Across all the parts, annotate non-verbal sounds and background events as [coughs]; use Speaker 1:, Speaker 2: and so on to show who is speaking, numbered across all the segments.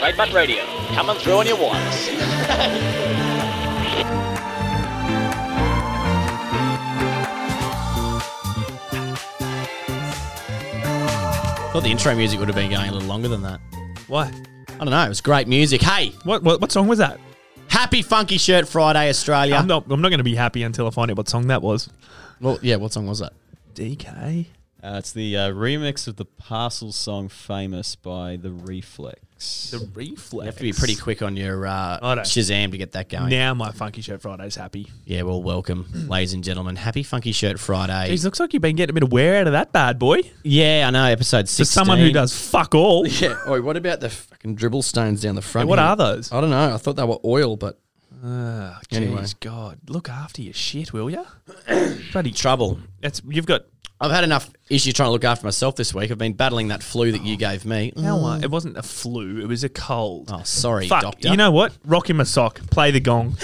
Speaker 1: Right Butt Radio. Come and throw on your ones.
Speaker 2: thought the intro music would have been going a little longer than that.
Speaker 3: Why?
Speaker 2: I don't know. It was great music. Hey,
Speaker 3: What, what what song was that?
Speaker 2: happy Funky Shirt Friday, Australia.
Speaker 4: Um,
Speaker 3: I'm not I'm not going to be happy until I find out what song that was.
Speaker 2: well, yeah, what song was that?
Speaker 3: DK.
Speaker 4: Uh, it's the uh, remix of the Parcel song "Famous" by The Reflex.
Speaker 3: The
Speaker 2: You
Speaker 3: Reflex.
Speaker 2: have to be pretty quick on your uh,
Speaker 3: I know.
Speaker 2: Shazam to get that going.
Speaker 3: Now my funky shirt Friday's happy.
Speaker 2: Yeah,
Speaker 3: [clears throat]
Speaker 2: well, welcome, ladies and gentlemen. Happy Funky Shirt Friday.
Speaker 3: Jeez, looks like you've been getting a bit of wear out of that bad boy.
Speaker 2: Yeah, I know. Episode
Speaker 3: To
Speaker 2: six.
Speaker 3: someone who does fuck
Speaker 2: [laughs]
Speaker 3: all.
Speaker 2: Yeah. Oi, what about the fucking dribble stones down the front?
Speaker 3: What
Speaker 2: here?
Speaker 3: are those?
Speaker 2: I don't know. I thought they were oil, but
Speaker 3: Oh,
Speaker 2: Oh, Anyway.
Speaker 3: jeez, God, look after your shit, will you? Bloody, tr-
Speaker 2: trouble.
Speaker 3: that's you've got.
Speaker 2: I've had enough issue trying to look after myself this week. I've been battling that flu
Speaker 3: Oh.
Speaker 2: that you gave me.
Speaker 3: How, uh, it wasn't a flu; it was a cold.
Speaker 2: Mm. Oh, sorry,
Speaker 3: Fuck.
Speaker 2: doctor.
Speaker 3: You know what? Rock him a sock. Play the
Speaker 2: [laughs]
Speaker 3: gong.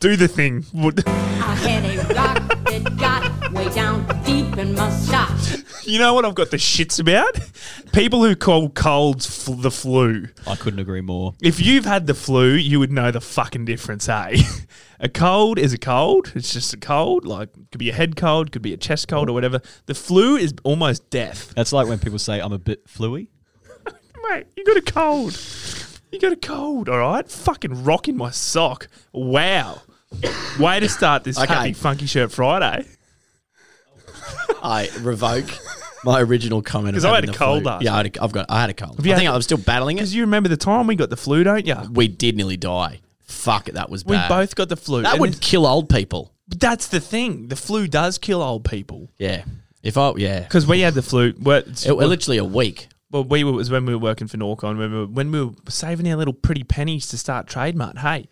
Speaker 3: Do the thing. Would-
Speaker 5: I had a rock that got way down deep in my sock.
Speaker 3: You know what I've got the shits about? People who call colds fl- the flu.
Speaker 4: I couldn't agree more.
Speaker 3: If you've had the flu, you would know the fucking difference, hey? [laughs] a cold is a cold. It's just a cold. Like, could be a head cold, could be a chest cold or whatever. The flu is almost death.
Speaker 4: That's like when people say I'm a bit fluey.
Speaker 3: Mate, you got a cold. You got a cold, all right? Fucking rocking my sock. Wow. Way to start this
Speaker 2: Okay.
Speaker 3: happy funky shirt Friday.
Speaker 2: I revoke my original comment. of
Speaker 3: 'Cause I
Speaker 2: having
Speaker 3: had a
Speaker 2: the flu.
Speaker 3: cold last
Speaker 2: Yeah, I had a, I've got. I had a cold. I
Speaker 3: you
Speaker 2: think
Speaker 3: had-
Speaker 2: I'm still battling it.
Speaker 3: Because you remember the time we got the flu, don't you?
Speaker 2: We did nearly die. Fuck it, that was
Speaker 3: We
Speaker 2: bad.
Speaker 3: both got the flu.
Speaker 2: that
Speaker 3: and
Speaker 2: would kill old people.
Speaker 3: But that's the thing. The flu does kill old people.
Speaker 2: Yeah. If I yeah,
Speaker 3: Because we had the flu. Well,
Speaker 2: it, it literally a week.
Speaker 3: well, we were, it was when we were working for Norcon, when we, were, when we were saving our little pretty pennies to start Trademark, hey.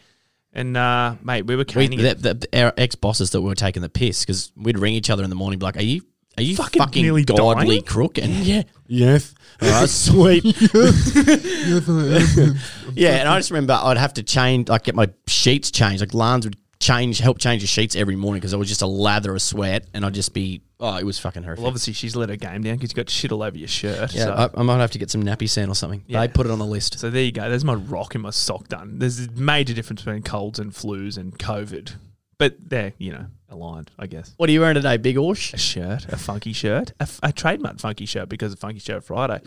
Speaker 3: And, uh, mate, we were
Speaker 2: We,
Speaker 3: caning
Speaker 2: the,
Speaker 3: it.
Speaker 2: the, our ex bosses that we were taking the piss because we'd ring each other in the morning, be like, "Are you are you
Speaker 3: Fucking
Speaker 2: fucking,
Speaker 3: nearly
Speaker 2: godly
Speaker 3: dying?
Speaker 2: crook?" And yeah, yes, [laughs] all right, sweet, yeah. And I just remember I'd have to change, like, get my sheets changed. Like Lance would change, help change the sheets every morning because I was just a lather of sweat, and I'd just be, oh, it was fucking horrific.
Speaker 3: Well, obviously, she's let her game down because you got shit all over your shirt.
Speaker 2: yeah,
Speaker 3: so.
Speaker 2: I, I might have to get some nappy sand or something.
Speaker 3: Yeah.
Speaker 2: They put it on the list.
Speaker 3: so there you go. There's my rock and my sock done. There's a major difference between colds and flus and COVID. But they're, you know, aligned, I guess.
Speaker 2: what are you wearing today, Big Orsh?
Speaker 3: a shirt, a funky shirt, a, f- a trademark funky shirt because of Funky Shirt Friday.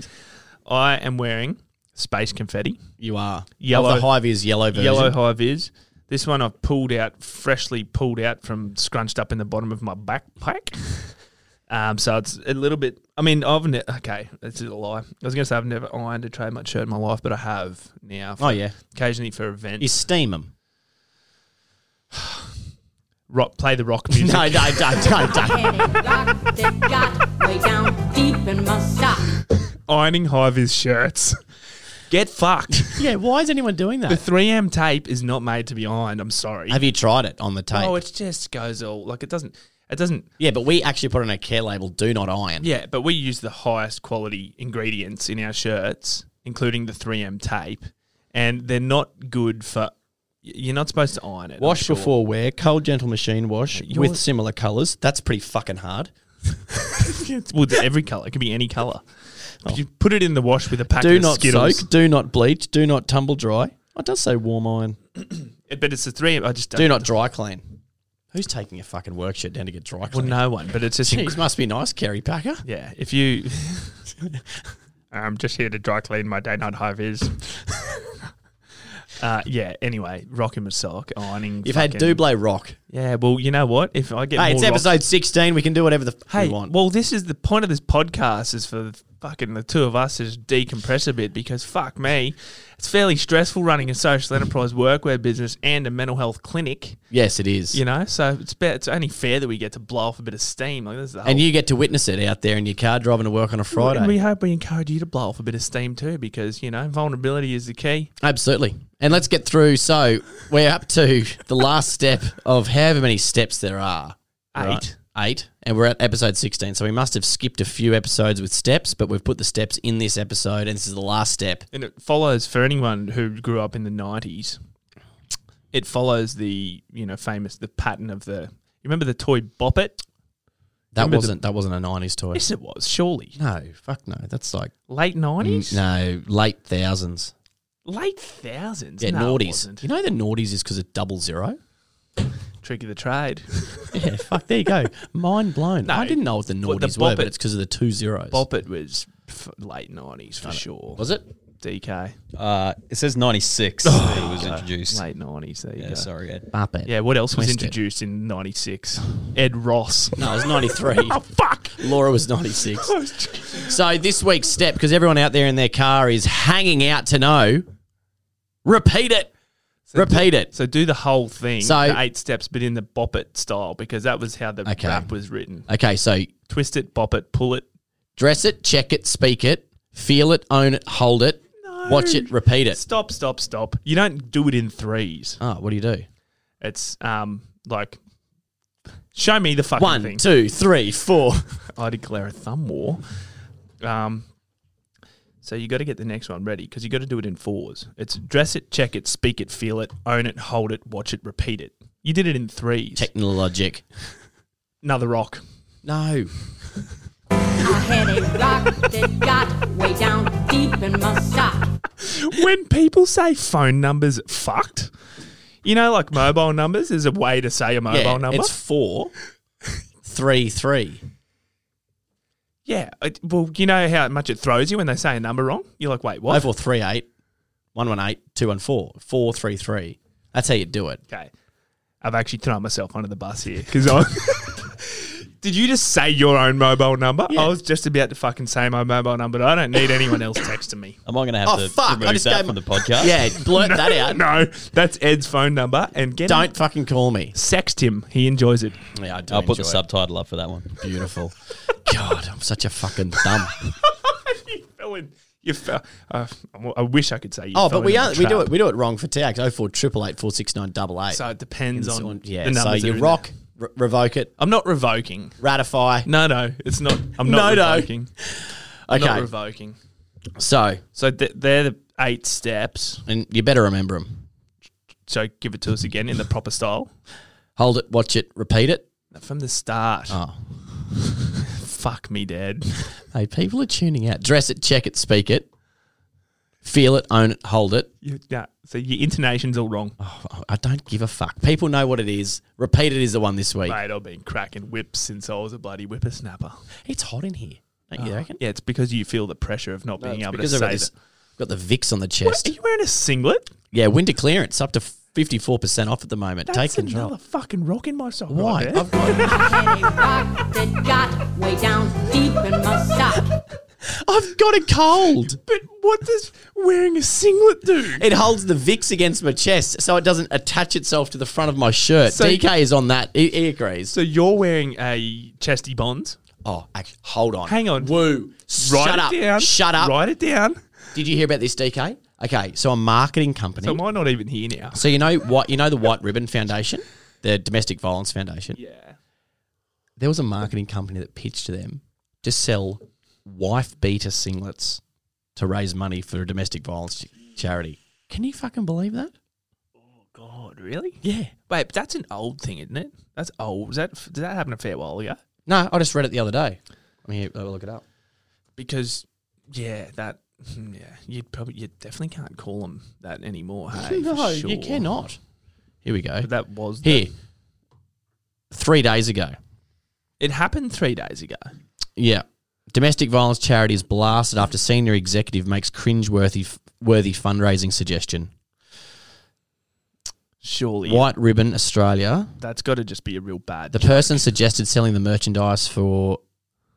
Speaker 3: I am wearing space confetti,
Speaker 2: You are
Speaker 3: Yellow.
Speaker 2: Of the hive is yellow version.
Speaker 3: yellow high vis. This one I've pulled out, freshly pulled out from scrunched up in the bottom of my
Speaker 2: [laughs]
Speaker 3: backpack. Um, so it's a little bit. I mean, I've ne- okay. That's a lie. I was going to say I've never ironed a trademark shirt in my life, but I have now. for-
Speaker 2: Oh yeah,
Speaker 3: occasionally for events.
Speaker 2: you steam them.
Speaker 3: rock, play the rock music.
Speaker 2: [laughs] No, no, no, no, no.
Speaker 5: I had a rock that got way down deep in my sock.
Speaker 3: Ironing high vis
Speaker 2: [laughs]
Speaker 3: shirts. Get fucked.
Speaker 2: Yeah, why is anyone
Speaker 3: [laughs]
Speaker 2: doing
Speaker 3: The
Speaker 2: that?
Speaker 3: 3M tape is not made to be ironed. I'm sorry.
Speaker 2: Have you tried it on the tape?
Speaker 3: Oh, it just goes all like it doesn't. It doesn't.
Speaker 2: yeah, but we actually put on a care label, do not iron.
Speaker 3: Yeah, but we use the highest quality ingredients in our shirts, including the 3M tape, and they're not good for. y- You're not supposed to iron it. I'm
Speaker 2: Wash
Speaker 3: sure.
Speaker 2: before wear, cold gentle machine wash with similar colours. That's pretty fucking hard.
Speaker 3: It's- well, it's every color. It could be any color. But You put it in the wash with a pack
Speaker 2: Oh. Do
Speaker 3: of
Speaker 2: not
Speaker 3: Skittles.
Speaker 2: soak, do not bleach, do not tumble dry. Oh, It does say warm iron.
Speaker 3: It- But it's the 3M. I just don't.
Speaker 2: Do not dry clean. Who's taking a fucking work shirt down to get dry
Speaker 3: Well,
Speaker 2: [laughs] clean?
Speaker 3: no one. But it's just.
Speaker 2: Jeez,
Speaker 3: Inc-
Speaker 2: must be nice, Kerry Packer.
Speaker 3: yeah, if you. [laughs] I'm just here to dry clean my day night high vis. Uh, yeah. Anyway, rocking my sock, ironing.
Speaker 2: You've had
Speaker 3: fucking-
Speaker 2: Dublé rock.
Speaker 3: Yeah, well, you know what? If I get
Speaker 2: Hey,
Speaker 3: more
Speaker 2: it's
Speaker 3: rock-
Speaker 2: episode 16. We can do whatever the f-
Speaker 3: hey,
Speaker 2: we want.
Speaker 3: well, this is the point of this podcast is for the fucking the two of us to just decompress a bit because fuck me, it's fairly stressful running a social enterprise workwear business and a mental health clinic.
Speaker 2: yes, it is.
Speaker 3: You know, so it's be- it's only fair that we get to blow off a bit of steam. Like this is the
Speaker 2: and
Speaker 3: whole-
Speaker 2: you get to witness it out there in your car driving to work on a Friday.
Speaker 3: And we hope we encourage you to blow off a bit of steam too, because you know vulnerability is the key.
Speaker 2: Absolutely. And let's get through. So we're up to the last step of however many steps there are.
Speaker 3: Eight.
Speaker 2: Eight. And we're at episode 16. So we must have skipped a few episodes with steps, but we've put the steps in this episode, and this is the last step.
Speaker 3: And it follows for anyone who grew up in the nineties. It follows the you know famous the pattern of the. You remember the toy Boppet?
Speaker 2: That
Speaker 3: Remember the-
Speaker 2: wasn't that wasn't a nineties toy.
Speaker 3: Yes, it was surely
Speaker 2: No, fuck no. That's like
Speaker 3: late
Speaker 2: n-
Speaker 3: nineties,
Speaker 2: no late thousands.
Speaker 3: late thousands.
Speaker 2: Yeah,
Speaker 3: no, it
Speaker 2: noughties.
Speaker 3: wasn't.
Speaker 2: You know the noughties is because of double zero.
Speaker 3: trick of the trade.
Speaker 2: [laughs] Yeah, fuck. There you go. Mind blown.
Speaker 3: No.
Speaker 2: I didn't know what the
Speaker 3: But the
Speaker 2: noughties were,
Speaker 3: Bop
Speaker 2: but
Speaker 3: It-
Speaker 2: it's because of the two zeros.
Speaker 3: Bop it was f- late nineties for sure.
Speaker 2: Was it?
Speaker 3: DK
Speaker 4: Uh, it says
Speaker 2: Oh,
Speaker 4: 96 that it was
Speaker 3: Go.
Speaker 4: introduced.
Speaker 3: late nineties? There you
Speaker 4: Yeah,
Speaker 3: go.
Speaker 4: sorry, Ed.
Speaker 2: Bop it.
Speaker 3: Yeah, what else was
Speaker 2: Twist it.
Speaker 3: introduced in '96? Ed Ross. [laughs]
Speaker 2: No, it was ninety [laughs] three.
Speaker 3: oh fuck!
Speaker 2: Laura was 96. so this week's step, because everyone out there in their car is hanging out to know, repeat it. repeat it.
Speaker 3: So do the whole thing,
Speaker 2: So-
Speaker 3: the eight steps, but in the bop it style, because that was how the
Speaker 2: Okay.
Speaker 3: rap was written.
Speaker 2: Okay, so
Speaker 3: Twist it, bop it, pull it.
Speaker 2: dress it, check it, speak it, feel it, own it, hold it, watch it, repeat it.
Speaker 3: Stop, stop, stop. You don't do it in threes.
Speaker 2: Oh, what do you do?
Speaker 3: It's um like, show me the fucking
Speaker 2: One,
Speaker 3: thing.
Speaker 2: two, three, four.
Speaker 3: [laughs] I declare a thumb war. Um, so you got to get the next one ready because you got to do it in fours. It's dress it, check it, speak it, feel it, own it, hold it, watch it, repeat it. You did it in threes.
Speaker 2: Technologic.
Speaker 3: Another rock.
Speaker 2: No.
Speaker 5: I had a rock that got way down deep in my sock.
Speaker 3: when people say phone numbers fucked, you know, like mobile numbers is a way to say a mobile
Speaker 2: Yeah,
Speaker 3: number.
Speaker 2: it's four, three, three.
Speaker 3: yeah. It, well, you know how much it throws you when they say a number wrong? You're like, wait, what?
Speaker 2: Five, four, three, eight. One, one, eight, two, one, four. Four, three, three. That's how you do it.
Speaker 3: Okay. I've actually thrown myself under the bus here because I. [laughs] Did you just say your own mobile number? I was just about to fucking say my mobile number. but I don't need anyone else texting
Speaker 2: [laughs]
Speaker 3: me.
Speaker 4: Am I going to have
Speaker 2: Oh,
Speaker 4: to
Speaker 2: fuck. I
Speaker 4: remove
Speaker 2: just
Speaker 4: that
Speaker 2: gave
Speaker 4: from
Speaker 2: my-
Speaker 4: the podcast?
Speaker 2: Yeah, blurt that out.
Speaker 3: [laughs] No, that's Ed's phone number and get him-
Speaker 2: Don't fucking call me.
Speaker 3: sext him. He enjoys it.
Speaker 2: Yeah, I do
Speaker 4: I'll put the
Speaker 2: enjoy it.
Speaker 4: subtitle up for that one.
Speaker 2: Beautiful. God, I'm such a fucking dumb.
Speaker 3: you fell in. You fell. Uh, I wish I could say you.
Speaker 2: oh,
Speaker 3: fell
Speaker 2: but we
Speaker 3: into
Speaker 2: are,
Speaker 3: the
Speaker 2: we do
Speaker 3: trap.
Speaker 2: it we do it wrong for tax. Oh four triple eight four six nine double eight.
Speaker 3: So it depends
Speaker 2: It's
Speaker 3: on,
Speaker 2: on- yeah.
Speaker 3: the numbers.
Speaker 2: So
Speaker 3: that
Speaker 2: you
Speaker 3: are in
Speaker 2: rock,
Speaker 3: there.
Speaker 2: re- revoke it,
Speaker 3: I'm not revoking.
Speaker 2: ratify.
Speaker 3: No, no, it's not. I'm not
Speaker 2: No, no.
Speaker 3: revoking. I'm
Speaker 2: okay,
Speaker 3: not revoking.
Speaker 2: so
Speaker 3: So th- they're the eight steps.
Speaker 2: and you better remember them.
Speaker 3: So give it to us again in the proper style
Speaker 2: Hold it, watch it, repeat it.
Speaker 3: from the start.
Speaker 2: Oh,
Speaker 3: [laughs] Fuck me, Dad. [laughs]
Speaker 2: hey, people are tuning out. Dress it, check it, speak it, feel it, own it, hold it.
Speaker 3: You, yeah. So your intonation's all wrong.
Speaker 2: Oh, I don't give a fuck. People know what it is. Repeat it is the one this week.
Speaker 3: Mate, I've been cracking whips since I was a bloody whippersnapper. Uh-huh.
Speaker 2: It's hot in here. Don't you reckon?
Speaker 3: Yeah, it's because you feel the pressure of not being
Speaker 2: It's
Speaker 3: Oh, able to
Speaker 2: because I've got
Speaker 3: say
Speaker 2: this.
Speaker 3: that.
Speaker 2: Got the Vicks on the
Speaker 3: What,
Speaker 2: chest.
Speaker 3: are you wearing a singlet?
Speaker 2: Yeah, winter clearance up to fifty four percent off at the moment.
Speaker 3: That's
Speaker 2: Take
Speaker 3: another
Speaker 2: control.
Speaker 3: fucking rock in my sock.
Speaker 2: Why?
Speaker 3: Right there.
Speaker 2: I've got,
Speaker 5: I had a rock that got way down deep in my sock.
Speaker 2: I've got a cold.
Speaker 3: But what does wearing a singlet do?
Speaker 2: It holds the Vicks against my chest, so it doesn't attach itself to the front of my shirt.
Speaker 3: So-
Speaker 2: DK is on that. He, he agrees.
Speaker 3: So you're wearing a chesty bond.
Speaker 2: oh, actually, hold on.
Speaker 3: Hang on.
Speaker 2: Woo.
Speaker 3: Write
Speaker 2: Shut
Speaker 3: it
Speaker 2: up.
Speaker 3: down.
Speaker 2: Shut up.
Speaker 3: Write it down.
Speaker 2: Did you hear about this, DK? Okay, so a marketing company.
Speaker 3: So am not even here now?
Speaker 2: so you know what? You know the White Ribbon Foundation, the Domestic Violence Foundation.
Speaker 3: Yeah.
Speaker 2: There was a marketing company that pitched to them to sell wife beater singlets to raise money for a domestic violence ch- charity. Can you fucking believe that?
Speaker 3: Oh, God, really?
Speaker 2: Yeah.
Speaker 3: Wait, but that's an old thing, isn't it? That's old. Was that did that happen a fair while ago?
Speaker 2: No, I just read it the other day. I mean, I'll look it up.
Speaker 3: Because yeah, that hmm, yeah, you probably you definitely can't call them that
Speaker 2: [laughs]
Speaker 3: anymore. Hey, for
Speaker 2: [laughs] no, you
Speaker 3: sure.
Speaker 2: cannot. Here we go.
Speaker 3: But that was the-
Speaker 2: Here, three days ago.
Speaker 3: It happened three days ago.
Speaker 2: Yeah. Domestic violence charity is blasted after senior executive makes cringe-worthy worthy fundraising suggestion.
Speaker 3: Surely
Speaker 2: White Ribbon Australia.
Speaker 3: that's got to just be a real bad.
Speaker 2: The person suggested selling the merchandise for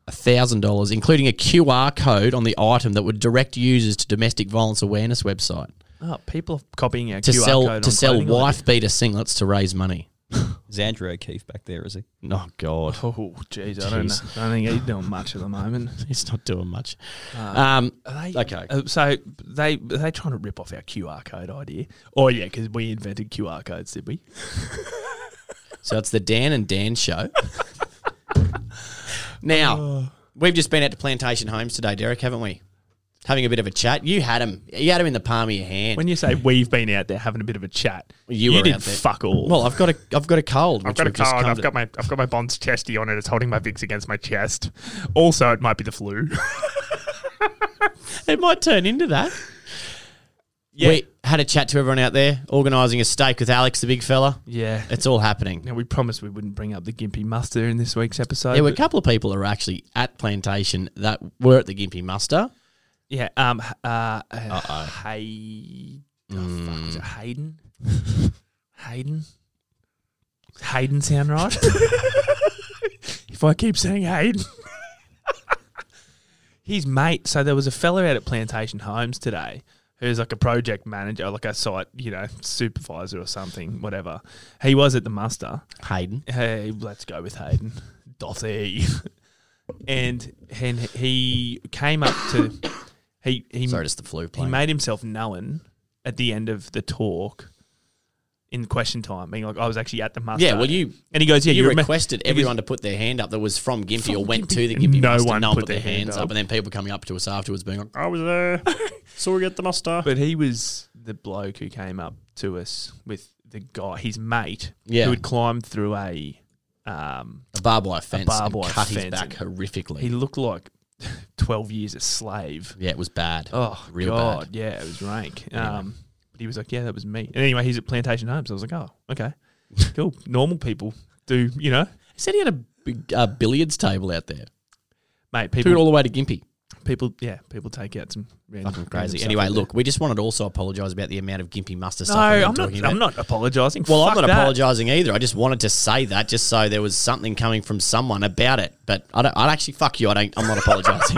Speaker 2: $1,000, including a QR code on the item that would direct users to domestic violence awareness website
Speaker 3: oh, people are copying our
Speaker 2: to
Speaker 3: QR
Speaker 2: sell
Speaker 3: code
Speaker 2: to
Speaker 3: on
Speaker 2: sell
Speaker 3: clothing
Speaker 2: wife beater singlets to raise money.
Speaker 4: [laughs] Is Andrew O'Keefe back there, is he?
Speaker 2: Oh God, [laughs]
Speaker 3: Oh, jeez, I don't know. I don't think he's doing much at the moment.
Speaker 2: it's not doing much.
Speaker 4: Uh.
Speaker 2: Um,
Speaker 3: Are they,
Speaker 2: Okay.
Speaker 3: uh, so they are they trying to rip off our QR code idea? Oh yeah, because we invented QR codes, did we?
Speaker 2: so it's the Dan and
Speaker 4: [laughs]
Speaker 2: Dan show.
Speaker 4: Oh.
Speaker 2: now we've just been out to Plantation Homes today, Derek, haven't we? having a bit of a chat. You had him. You had him in the palm of your hand.
Speaker 3: When you
Speaker 2: [laughs]
Speaker 3: say we've been out there having a bit of a chat,
Speaker 2: You were
Speaker 3: did
Speaker 2: out there.
Speaker 3: fuck all.
Speaker 2: well, I've got a I've got a cold.
Speaker 6: I've
Speaker 2: which
Speaker 6: got a
Speaker 2: we've just
Speaker 6: card.
Speaker 2: come
Speaker 6: I've
Speaker 2: to-
Speaker 6: got my I've got my Bond's chesty on it. It's holding my Vicks against my chest. Also, it might be the flu.
Speaker 2: It might turn into that. We had a chat to everyone out there, organising a steak with Alex, the big fella.
Speaker 3: yeah.
Speaker 2: It's all happening.
Speaker 3: Now we promised we wouldn't bring up the gimpy muster in this week's episode.
Speaker 2: There were a
Speaker 3: but-
Speaker 2: couple of people that were actually at Plantation that were at the Gimpy Muster.
Speaker 3: yeah. Um. h- Uh. uh Hay. Oh, fuck, was it Hayden? Hayden. Does Hayden sound right? [laughs] if I keep saying Hayden. [laughs] His mate. So there was a fella out at Plantation Homes today who's like a project manager, like a site, you know, supervisor or something, whatever. He was at the muster.
Speaker 2: Hayden.
Speaker 3: hey, let's go with Hayden, Dothy. and and he came up to he he
Speaker 2: Sorry, just the flu
Speaker 3: he
Speaker 2: playing.
Speaker 3: made himself known at the end of the talk in question time, being like, I was actually at the muster.
Speaker 2: Yeah, well, you-
Speaker 3: and he goes, yeah,
Speaker 2: you,
Speaker 3: remem-
Speaker 2: requested
Speaker 3: he goes,
Speaker 2: everyone to put their hand up that was from Gimpy or went to the
Speaker 3: And
Speaker 2: Gimpy
Speaker 3: no
Speaker 2: Muster.
Speaker 3: one
Speaker 2: no one
Speaker 3: put
Speaker 2: put their
Speaker 3: their hand
Speaker 2: hands up.
Speaker 3: up.
Speaker 2: and then people coming up to us afterwards being like,
Speaker 6: I
Speaker 2: [laughs]
Speaker 6: was there. So we get the muster.
Speaker 3: But he was the bloke who came up to us with the guy, his mate,
Speaker 2: Yeah.
Speaker 3: who had climbed through a. Um,
Speaker 2: a barbed wire fence
Speaker 3: barbed
Speaker 2: and
Speaker 3: wire
Speaker 2: cut his
Speaker 3: fence
Speaker 2: back horrifically.
Speaker 3: he looked like [laughs] twelve years a slave.
Speaker 2: yeah, it was bad.
Speaker 3: Oh,
Speaker 2: Real
Speaker 3: God.
Speaker 2: bad.
Speaker 3: Yeah, it was rank. Um, but he was like, yeah, that was me. And anyway, he's at Plantation Homes. I was like, oh,
Speaker 2: [laughs]
Speaker 3: okay, cool. Normal people do, you know,
Speaker 2: He said he had a big uh, billiards table out there.
Speaker 3: mate.
Speaker 2: Took it
Speaker 3: People,
Speaker 2: all the way to Gimpy.
Speaker 3: people, yeah, people take out some random,
Speaker 2: Fucking
Speaker 3: random
Speaker 2: crazy.
Speaker 3: stuff
Speaker 2: Anyway,
Speaker 3: out
Speaker 2: look, we just wanted to also apologise about the amount of Gimpy
Speaker 3: there.
Speaker 2: muster stuff.
Speaker 3: No,
Speaker 2: we've been
Speaker 3: I'm not.
Speaker 2: talking about.
Speaker 3: I'm not apologising.
Speaker 2: Well,
Speaker 3: Fuck
Speaker 2: I'm not
Speaker 3: that.
Speaker 2: apologising either. I just wanted to say that just so there was something coming from someone about it. But I don't. I actually fuck you. I don't. I'm not apologising.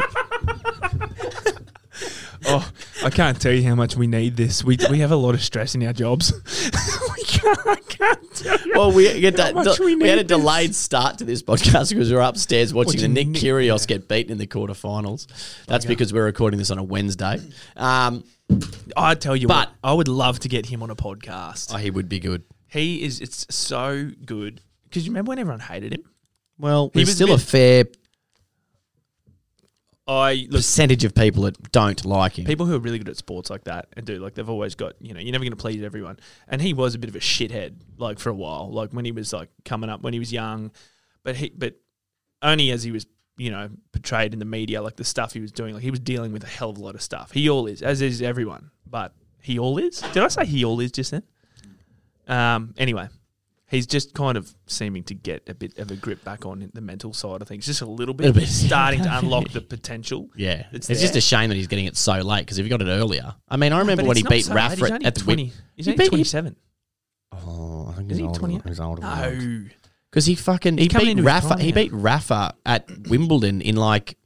Speaker 3: Oh, I can't tell you how much we need this. We we have a lot of stress in our jobs. [laughs] we can't. I can't tell you.
Speaker 2: [laughs] well, we get that.
Speaker 3: How much
Speaker 2: we,
Speaker 3: we
Speaker 2: had
Speaker 3: need
Speaker 2: a delayed start to this podcast because we were upstairs watching the
Speaker 3: Watching
Speaker 2: Nick,
Speaker 3: Nick-
Speaker 2: Kyrgios get beaten in the quarterfinals. That's because we're recording this on a Wednesday. Um,
Speaker 3: I tell you
Speaker 2: But-
Speaker 3: what, I would love to get him on a podcast.
Speaker 2: oh, he would be good.
Speaker 3: he is. It's so good. Because you remember when everyone hated him?
Speaker 2: Well,
Speaker 3: He
Speaker 2: there's
Speaker 3: was a
Speaker 2: still a,
Speaker 3: bit-
Speaker 2: fair
Speaker 3: I look.
Speaker 2: percentage of people that don't like him.
Speaker 3: people who are really good at sports like that and do like they've always got you know you're never going to please everyone and he was a bit of a shithead like for a while like when he was like coming up when he was young but he but only as he was you know portrayed in the media like the stuff he was doing like he was dealing with a hell of a lot of stuff he all is as is everyone but he all is did i say he all is just then um anyway He's just kind of seeming to get a bit of a grip back on the mental side of things, just a little bit,
Speaker 2: Little bit.
Speaker 3: starting [laughs] to unlock the potential.
Speaker 2: Yeah, it's,
Speaker 3: that's
Speaker 2: just
Speaker 3: there.
Speaker 2: a shame that he's getting it so late because if he got it earlier, I mean, I remember
Speaker 3: But
Speaker 2: when he
Speaker 3: it's not
Speaker 2: beat
Speaker 3: so late. He's
Speaker 2: Raffert
Speaker 3: only
Speaker 2: at the
Speaker 3: 20.
Speaker 2: win.
Speaker 3: He's
Speaker 2: He
Speaker 3: only
Speaker 2: beat- he-
Speaker 3: 27.
Speaker 2: Oh, I think
Speaker 3: Is
Speaker 2: he's
Speaker 3: he
Speaker 2: older.
Speaker 3: 20?
Speaker 2: than- He's older.
Speaker 3: No.
Speaker 2: because he fucking he
Speaker 3: coming
Speaker 2: beat
Speaker 3: into his
Speaker 2: Rafa.
Speaker 3: prime
Speaker 2: He
Speaker 3: now.
Speaker 2: beat Rafa at Wimbledon in like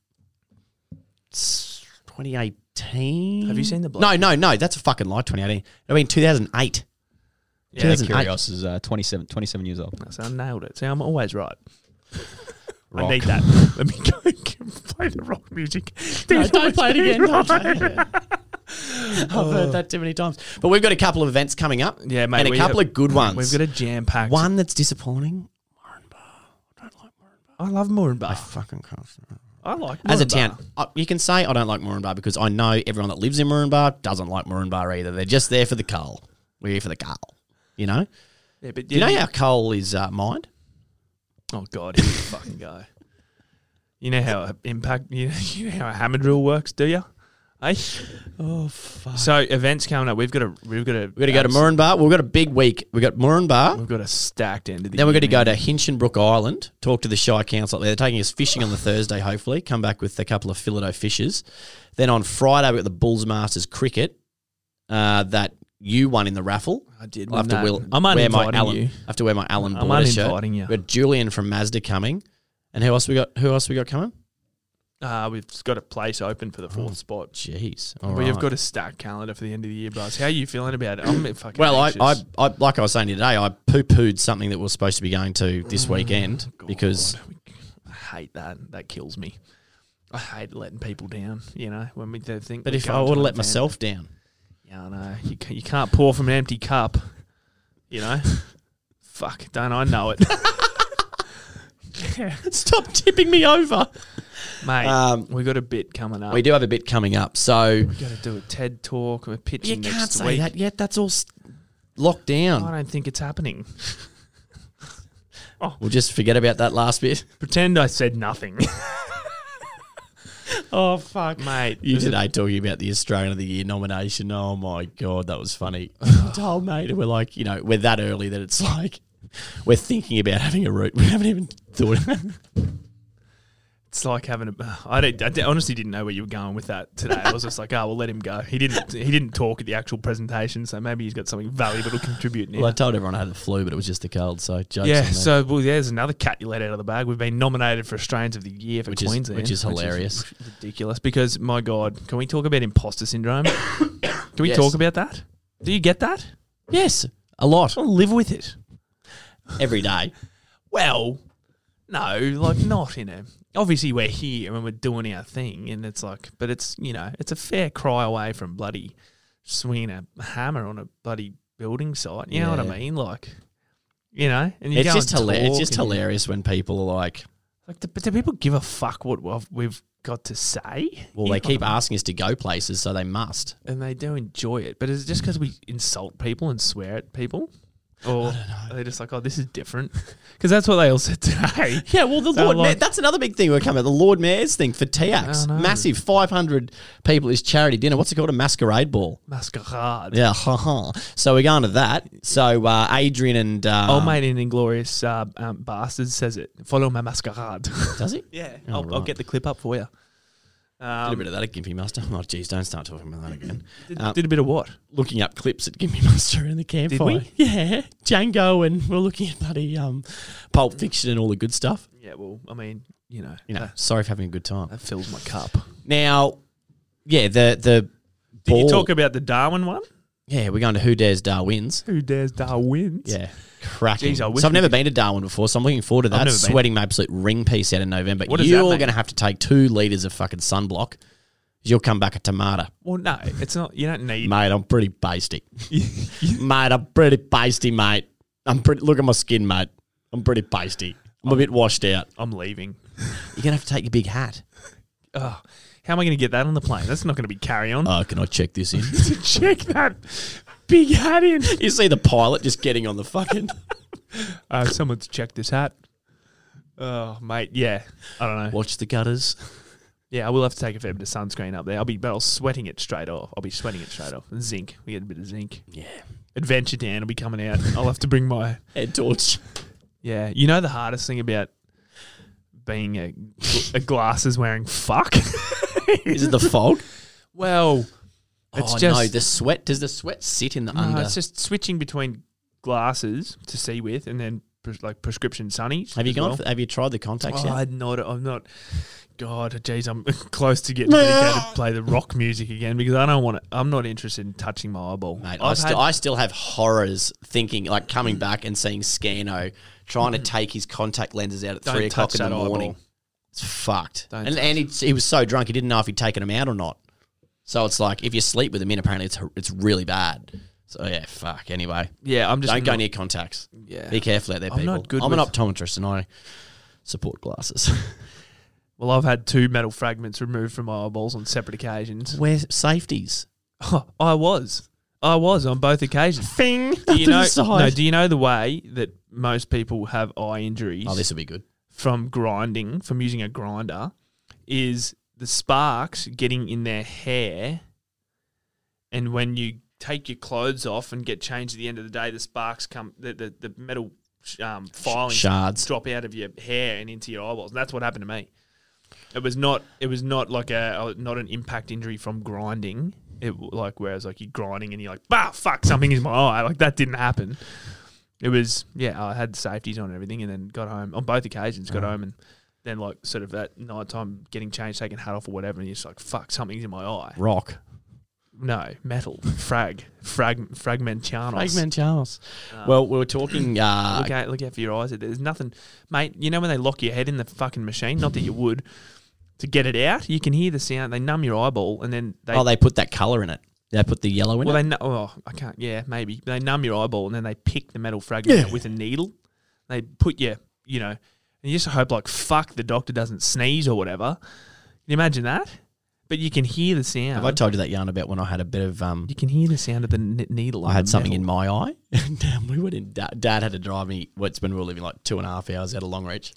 Speaker 2: s- 2018.
Speaker 3: Have you seen the bloke?
Speaker 2: No, no, no. That's a fucking lie. 2018. I mean 2008.
Speaker 4: Yeah,
Speaker 2: 2008.
Speaker 4: Kyrgios is uh, 27, 27 years old.
Speaker 3: So I nailed it. See, I'm always right.
Speaker 4: Rock.
Speaker 3: I need that. [laughs] Let me go and play the rock music. Dude,
Speaker 2: [laughs] don't play it again.
Speaker 3: [laughs] Right.
Speaker 2: I've heard that too many times. But we've got a couple of events coming up.
Speaker 3: Yeah, mate,
Speaker 2: and a
Speaker 3: we
Speaker 2: couple
Speaker 3: have-
Speaker 2: of good ones.
Speaker 3: We've got a jam pack.
Speaker 2: one that's disappointing.
Speaker 3: I love Moranbar. I
Speaker 2: Fucking can't.
Speaker 3: I like
Speaker 2: as a
Speaker 3: Moranbah.
Speaker 2: town, I, you can say I don't like Moranbah because I know everyone that lives in Moranbah doesn't like Moranbah either. They're just there for the coal. We're here for the coal. You know.
Speaker 3: Yeah, but
Speaker 2: Do you know
Speaker 3: yeah.
Speaker 2: how coal is uh, mined?
Speaker 3: Oh God, here we [laughs] fucking go. You know how a impact. You know, [laughs] you know how a hammer drill works, do you? Hey. Oh fuck. So events coming up. We've got a. We've got a.
Speaker 2: We're going to go to Moranbah. We've got a big week. We've got Moranbah.
Speaker 3: We've got a stacked end of the.
Speaker 2: Then we're going to
Speaker 3: year,
Speaker 2: go
Speaker 3: man.
Speaker 2: to Hinchinbrook Island, talk to the Shire Council. up there. They're taking us fishing on the Thursday, hopefully. Come back with a couple of Philido fishes. Then on Friday, we've got the Bulls Masters cricket uh, that you won in the raffle.
Speaker 3: I did.
Speaker 2: I'll have to
Speaker 3: win
Speaker 2: will,
Speaker 3: that. I'm
Speaker 2: wear my
Speaker 3: uninviting
Speaker 2: Alan.
Speaker 3: you.
Speaker 2: I have to wear my Alan
Speaker 3: I'm
Speaker 2: Border shirt.
Speaker 3: uninviting you.
Speaker 2: We got Julian from Mazda coming, and who else we got? Who else we got coming?
Speaker 3: Uh, we've got a place open for the fourth spot.
Speaker 2: Jeez, Oh. all
Speaker 3: We've
Speaker 2: right.
Speaker 3: got a stacked calendar for the end of the year, Buzz. How are you feeling about it? I'm fucking
Speaker 2: Well, I, I,
Speaker 3: anxious.
Speaker 2: I, like I was saying today, I poo pooed something that we are supposed to be going to this weekend because
Speaker 3: Oh, I hate that. That kills me. I hate letting people down. You know when we they think.
Speaker 2: But
Speaker 3: we're
Speaker 2: if I
Speaker 3: going
Speaker 2: would
Speaker 3: to
Speaker 2: have
Speaker 3: an
Speaker 2: let
Speaker 3: event-
Speaker 2: myself [laughs] down,
Speaker 3: yeah, I know you ca- you can't pour from an empty cup. You
Speaker 2: [laughs]
Speaker 3: know, fuck, don't I know it?
Speaker 2: stop tipping me over.
Speaker 3: Mate,
Speaker 2: Um,
Speaker 3: we got a bit coming up.
Speaker 2: We do have a bit coming up, so
Speaker 3: got to do a TED talk and a pitch.
Speaker 2: you
Speaker 3: next
Speaker 2: can't say
Speaker 3: week.
Speaker 2: that yet. That's all s- locked
Speaker 3: I
Speaker 2: down.
Speaker 3: don't think it's happening.
Speaker 2: We'll just forget about that last bit.
Speaker 3: Pretend I said
Speaker 2: [laughs]
Speaker 3: nothing. oh fuck, mate!
Speaker 2: You
Speaker 3: There's a-
Speaker 2: today talking about the Australian of the Year nomination. Oh my god, that was [laughs] funny. I told mate, and we're like, you know, we're that early that it's like we're thinking about having a root. We haven't even [laughs] thought.
Speaker 3: It's like having a. [sighs] I, don't, I di- honestly didn't know where you were going with that today. I was just like, [laughs] oh, we'll let him go. He didn't. He didn't talk at the actual presentation, so maybe he's got something valuable to contribute now.
Speaker 2: Well, I told everyone I had the flu, but it was just the cold. So jokes
Speaker 3: yeah.
Speaker 2: on that.
Speaker 3: So well, yeah, there's another cat you let out of the bag. We've been nominated for Australians of the Year for
Speaker 2: Which is-
Speaker 3: Queensland,
Speaker 2: which is hilarious.
Speaker 3: ridiculous. Because my God, can we talk about imposter syndrome? [coughs] can we
Speaker 2: Yes.
Speaker 3: talk about that? Do you get that?
Speaker 2: yes, a lot
Speaker 3: I live with it.
Speaker 2: every day.
Speaker 3: Well, no, like not in a. Obviously, we're here and we're doing our thing, and it's like, but it's you know, it's a fair cry away from bloody swinging a hammer on a bloody building site. You know what
Speaker 2: Yeah.
Speaker 3: I mean? Like, you know, and you
Speaker 2: It's
Speaker 3: go
Speaker 2: just,
Speaker 3: and
Speaker 2: hila- it's
Speaker 3: talk
Speaker 2: just
Speaker 3: and you-
Speaker 2: hilarious when people are like,
Speaker 3: Like, do, but do people give a fuck what we've- we've got to say?
Speaker 2: well,
Speaker 3: You
Speaker 2: they
Speaker 3: know
Speaker 2: keep
Speaker 3: what I mean?
Speaker 2: asking us to go places, so they must.
Speaker 3: and they do enjoy it. But is it just because we insult people and swear at people, or are they just like, oh, this is different? [laughs] Because that's what they all said today.
Speaker 2: Yeah, well, the
Speaker 3: So,
Speaker 2: Lord
Speaker 3: like-
Speaker 2: Mayor, that's another big thing we're coming at. The Lord Mayor's thing for TAX.
Speaker 3: I know.
Speaker 2: Massive 500 people is charity dinner. What's it called? A masquerade ball.
Speaker 3: Masquerade.
Speaker 2: Yeah, [laughs] haha. So we're going to that. So uh, Adrian and. Uh,
Speaker 3: Old mate in Oh, Inglorious uh, um, Bastard says it. Follow my masquerade.
Speaker 2: Does he?
Speaker 3: [laughs] yeah,
Speaker 2: Oh,
Speaker 3: I'll, I'll
Speaker 2: right.
Speaker 3: get the clip up for you. Um,
Speaker 2: Did a bit of that at Gimpy Muster. Oh, geez, don't start talking about that again.
Speaker 3: did,
Speaker 2: Uh,
Speaker 3: did a bit of what?
Speaker 2: looking up clips at Gimme Monster in the campfire.
Speaker 3: we?
Speaker 2: [laughs] Yeah, Django, and we're looking at bloody um, Pulp Fiction and all the good stuff.
Speaker 3: Yeah, well, I mean, you know,
Speaker 2: You know,
Speaker 3: That,
Speaker 2: sorry for having a good time.
Speaker 3: that fills my cup.
Speaker 2: Now, yeah, the the
Speaker 3: Did you
Speaker 2: ball-
Speaker 3: talk about the Darwin one?
Speaker 2: yeah, we're going to Who Dares Darwin's.
Speaker 3: Who dares Darwin?
Speaker 2: Yeah, cracking.
Speaker 3: Jeez, I wish
Speaker 2: so I've
Speaker 3: we
Speaker 2: never been to Darwin before, so I'm looking forward to that.
Speaker 3: never been.
Speaker 2: Sweating my absolute ring piece out in November.
Speaker 3: What does that
Speaker 2: You're
Speaker 3: mean?
Speaker 2: going to have to take two liters of fucking sunblock. You'll come back a tomato,
Speaker 3: Well, no, it's not. You don't need.
Speaker 2: mate. I'm
Speaker 3: [laughs]
Speaker 2: pretty pasty, mate. I'm pretty pasty, mate. I'm pretty. Look at my skin, mate. I'm pretty pasty. I'm a bit washed out.
Speaker 3: I'm leaving.
Speaker 2: You're gonna have to take your big hat.
Speaker 3: Oh, how am I going to get that on the plane? That's not going to be carry on.
Speaker 2: Oh, can I check this in?
Speaker 3: [laughs]
Speaker 2: [laughs]
Speaker 3: Check that big hat [laughs] in.
Speaker 2: you see the pilot just getting on
Speaker 3: [laughs]
Speaker 2: the fucking.
Speaker 3: Uh, someone's checked this hat. Oh, mate, yeah. I don't know.
Speaker 2: Watch the gutters.
Speaker 3: Yeah, I will have to take a fair bit of sunscreen up there. I'll be, but I'll sweating it straight off. I'll be sweating it straight off. Zinc. We get a bit of zinc.
Speaker 2: Yeah.
Speaker 3: Adventure Dan will be coming out. I'll have to bring my.
Speaker 2: Head torch.
Speaker 3: Yeah, you know the hardest thing about being a, a glasses wearing fuck. [laughs]
Speaker 2: Is it the fog?
Speaker 3: well, it's
Speaker 2: oh
Speaker 3: just
Speaker 2: no, the sweat. Does the sweat sit in the
Speaker 3: no,
Speaker 2: under?
Speaker 3: it's just switching between glasses to see with, and then pres- like prescription sunnies.
Speaker 2: have you
Speaker 3: as
Speaker 2: gone?
Speaker 3: well.
Speaker 2: for- have you tried the contacts
Speaker 3: Oh,
Speaker 2: yet?
Speaker 3: I'm not. I'm not. God, geez, I'm [laughs] close to getting dedicated
Speaker 2: [laughs]
Speaker 3: to play the rock music again because I don't want to. I'm not interested in touching my eyeball.
Speaker 2: Mate, I,
Speaker 3: I've
Speaker 2: still,
Speaker 3: had- Mm.
Speaker 2: I still have horrors thinking, like coming back and seeing Scano trying to take his contact lenses out at
Speaker 3: Don't
Speaker 2: three o'clock
Speaker 3: touch
Speaker 2: in the
Speaker 3: that eyeball.
Speaker 2: morning. It's fucked.
Speaker 3: Don't
Speaker 2: and
Speaker 3: touch
Speaker 2: and he, he was so drunk, he didn't know if he'd taken them out or not. So it's like if you sleep with them in, apparently it's it's really bad. So yeah, fuck. Anyway,
Speaker 3: yeah, I'm just
Speaker 2: don't go
Speaker 3: not-
Speaker 2: near contacts.
Speaker 3: Yeah.
Speaker 2: Be careful out there,
Speaker 3: I'm
Speaker 2: people.
Speaker 3: not good
Speaker 2: I'm an
Speaker 3: with-
Speaker 2: optometrist and I support glasses.
Speaker 3: Well, I've had two metal fragments removed from my eyeballs on separate occasions. [laughs]
Speaker 2: Wear [laughs] safeties.
Speaker 3: I was, I was on both occasions.
Speaker 2: Fing.
Speaker 3: Do
Speaker 2: [laughs]
Speaker 3: you know? No,
Speaker 2: side.
Speaker 3: do you know the way that most people have eye injuries?
Speaker 2: oh, this will be good.
Speaker 3: from grinding, from using a grinder, is the sparks getting in their hair. And when you take your clothes off and get changed at the end of the day, the sparks come, the, the, the metal um, filing
Speaker 2: shards.
Speaker 3: drop out of your hair and into your eyeballs. And that's what happened to me. It was not. It was not like a uh, not an impact injury from grinding. It w- like whereas like you're grinding and you're like, bah, fuck, something in my eye. Like that didn't happen. It was yeah. I had safeties on and everything, and then got home on both occasions. Got home and then like sort of that night time getting changed, taking hat off or whatever, and you're just like, fuck, something's in my eye.
Speaker 2: Rock.
Speaker 3: No metal frag frag fragmentanos.
Speaker 2: Charles. well, we
Speaker 3: [clears throat]
Speaker 2: were talking. Uh,
Speaker 3: Look out, look out for your eyes. There's nothing, mate. You know when they lock your head in the fucking machine? Not that you would. To get it out, you can hear the sound. They numb your eyeball, and then they.
Speaker 2: Oh, they put that color in it. They put the yellow in
Speaker 3: well,
Speaker 2: it.
Speaker 3: they. nu- Oh, I can't. Yeah, maybe they numb your eyeball, and then they pick the metal fragment out with a needle. They put your, you know, And you just hope, like, fuck, the doctor doesn't sneeze or whatever. Can you imagine that? But you can hear the sound.
Speaker 2: Have I told you that yarn about when I had a bit of um?
Speaker 3: you can hear the sound of the n- needle.
Speaker 2: I had something in my eye. [laughs] Damn, we went in. Dad, Dad had to drive me. well, It's when we were living like two and a half hours out of Long Reach.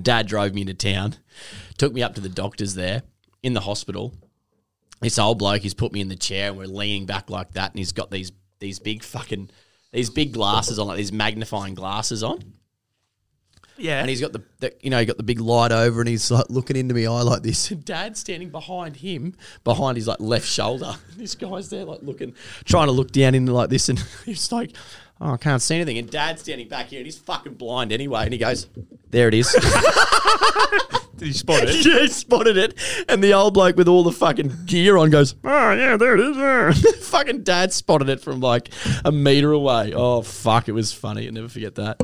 Speaker 2: Dad drove me into town, took me up to the doctors there in the hospital. This old bloke, he's put me in the chair and we're leaning back like that, and he's got these these big fucking these big glasses on, like these magnifying glasses on.
Speaker 3: Yeah.
Speaker 2: And he's got the, the you know, he got the big light over and he's like looking into my eye like this. And [laughs] dad's standing behind him, behind his like left shoulder. [laughs] This guy's there like looking, trying to look down into like this and [laughs] he's like, Oh, I can't see anything. And dad's standing back here and he's fucking blind anyway. And he goes, There it is. [laughs]
Speaker 3: Did you spot it?
Speaker 2: yeah, he spotted it. And the old bloke with all the fucking gear on goes, "Ah,
Speaker 6: Oh, yeah, there it is. yeah.
Speaker 2: [laughs] fucking dad spotted it from like a meter away. Oh fuck, it was funny. I never forget that.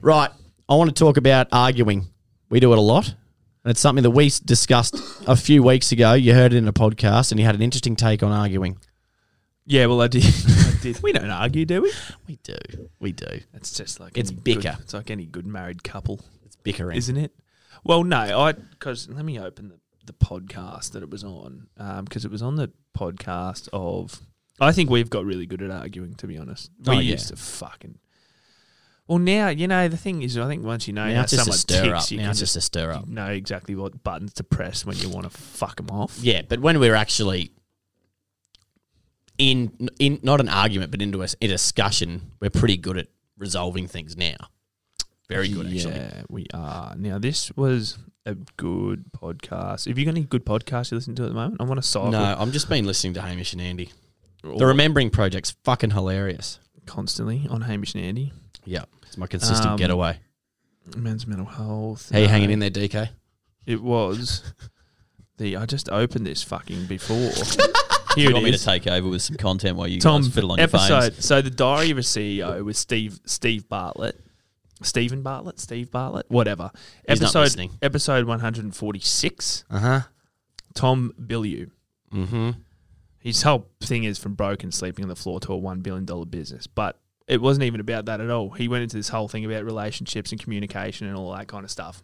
Speaker 2: Right, I want to talk about arguing. We do it a lot, and it's something that we s- discussed a few weeks ago. You heard it in a podcast, and you had an interesting take on arguing.
Speaker 3: Yeah, well, I did. I did. [laughs] We don't argue, do we?
Speaker 2: We do, we do.
Speaker 3: It's just like
Speaker 2: It's
Speaker 3: any good-
Speaker 2: bicker.
Speaker 3: it's like any good married couple,
Speaker 2: It's bickering.
Speaker 3: isn't it? Well, no, I because let me open the, the podcast that it was on because it was on the podcast of. I think we've got really good at arguing, to be honest. We
Speaker 2: Oh, yeah.
Speaker 3: used to fucking. Well, now you know the thing is, I think once you know
Speaker 2: now
Speaker 3: how
Speaker 2: it's just a
Speaker 3: someone
Speaker 2: stir
Speaker 3: ticks,
Speaker 2: up.
Speaker 3: you
Speaker 2: Now
Speaker 3: can
Speaker 2: it's just a stir up.
Speaker 3: know exactly what buttons to press when you want to fuck them off.
Speaker 2: Yeah, but when we're actually in in not an argument, but into a, s- a discussion, we're pretty good at resolving things now. Very good, actually.
Speaker 3: Yeah, we are. Now, this was a good podcast. If you got any good podcasts you listen to at the moment, I want to cycle
Speaker 2: No, I'm just been listening to Hamish and Andy. The Remembering Project's fucking hilarious.
Speaker 3: constantly on Hamish and Andy.
Speaker 2: Yeah, it's my consistent
Speaker 3: Um,
Speaker 2: getaway.
Speaker 3: Men's mental health.
Speaker 2: How you
Speaker 3: No,
Speaker 2: hanging in there, DK?
Speaker 3: It was [laughs] the. I just opened this fucking
Speaker 2: [laughs]
Speaker 3: before. Here
Speaker 4: you
Speaker 3: it
Speaker 4: want me to
Speaker 3: is.
Speaker 4: take over with some content while you
Speaker 3: Tom
Speaker 4: guys fiddle on your
Speaker 3: episode.
Speaker 4: phones?
Speaker 3: So the Diary of a CEO with Steve Steve Bartlett. Stephen Bartlett, Steve Bartlett, whatever.
Speaker 2: He's not
Speaker 3: episode
Speaker 2: listening.
Speaker 3: episode one hundred and forty six.
Speaker 2: Uh
Speaker 4: Uh-huh.
Speaker 2: huh.
Speaker 3: Tom Bilyeu.
Speaker 2: Mm-hmm.
Speaker 3: his whole thing is from broke and sleeping on the floor to a one billion dollar business. But it wasn't even about that at all. He went into this whole thing about relationships and communication and all that kind of stuff.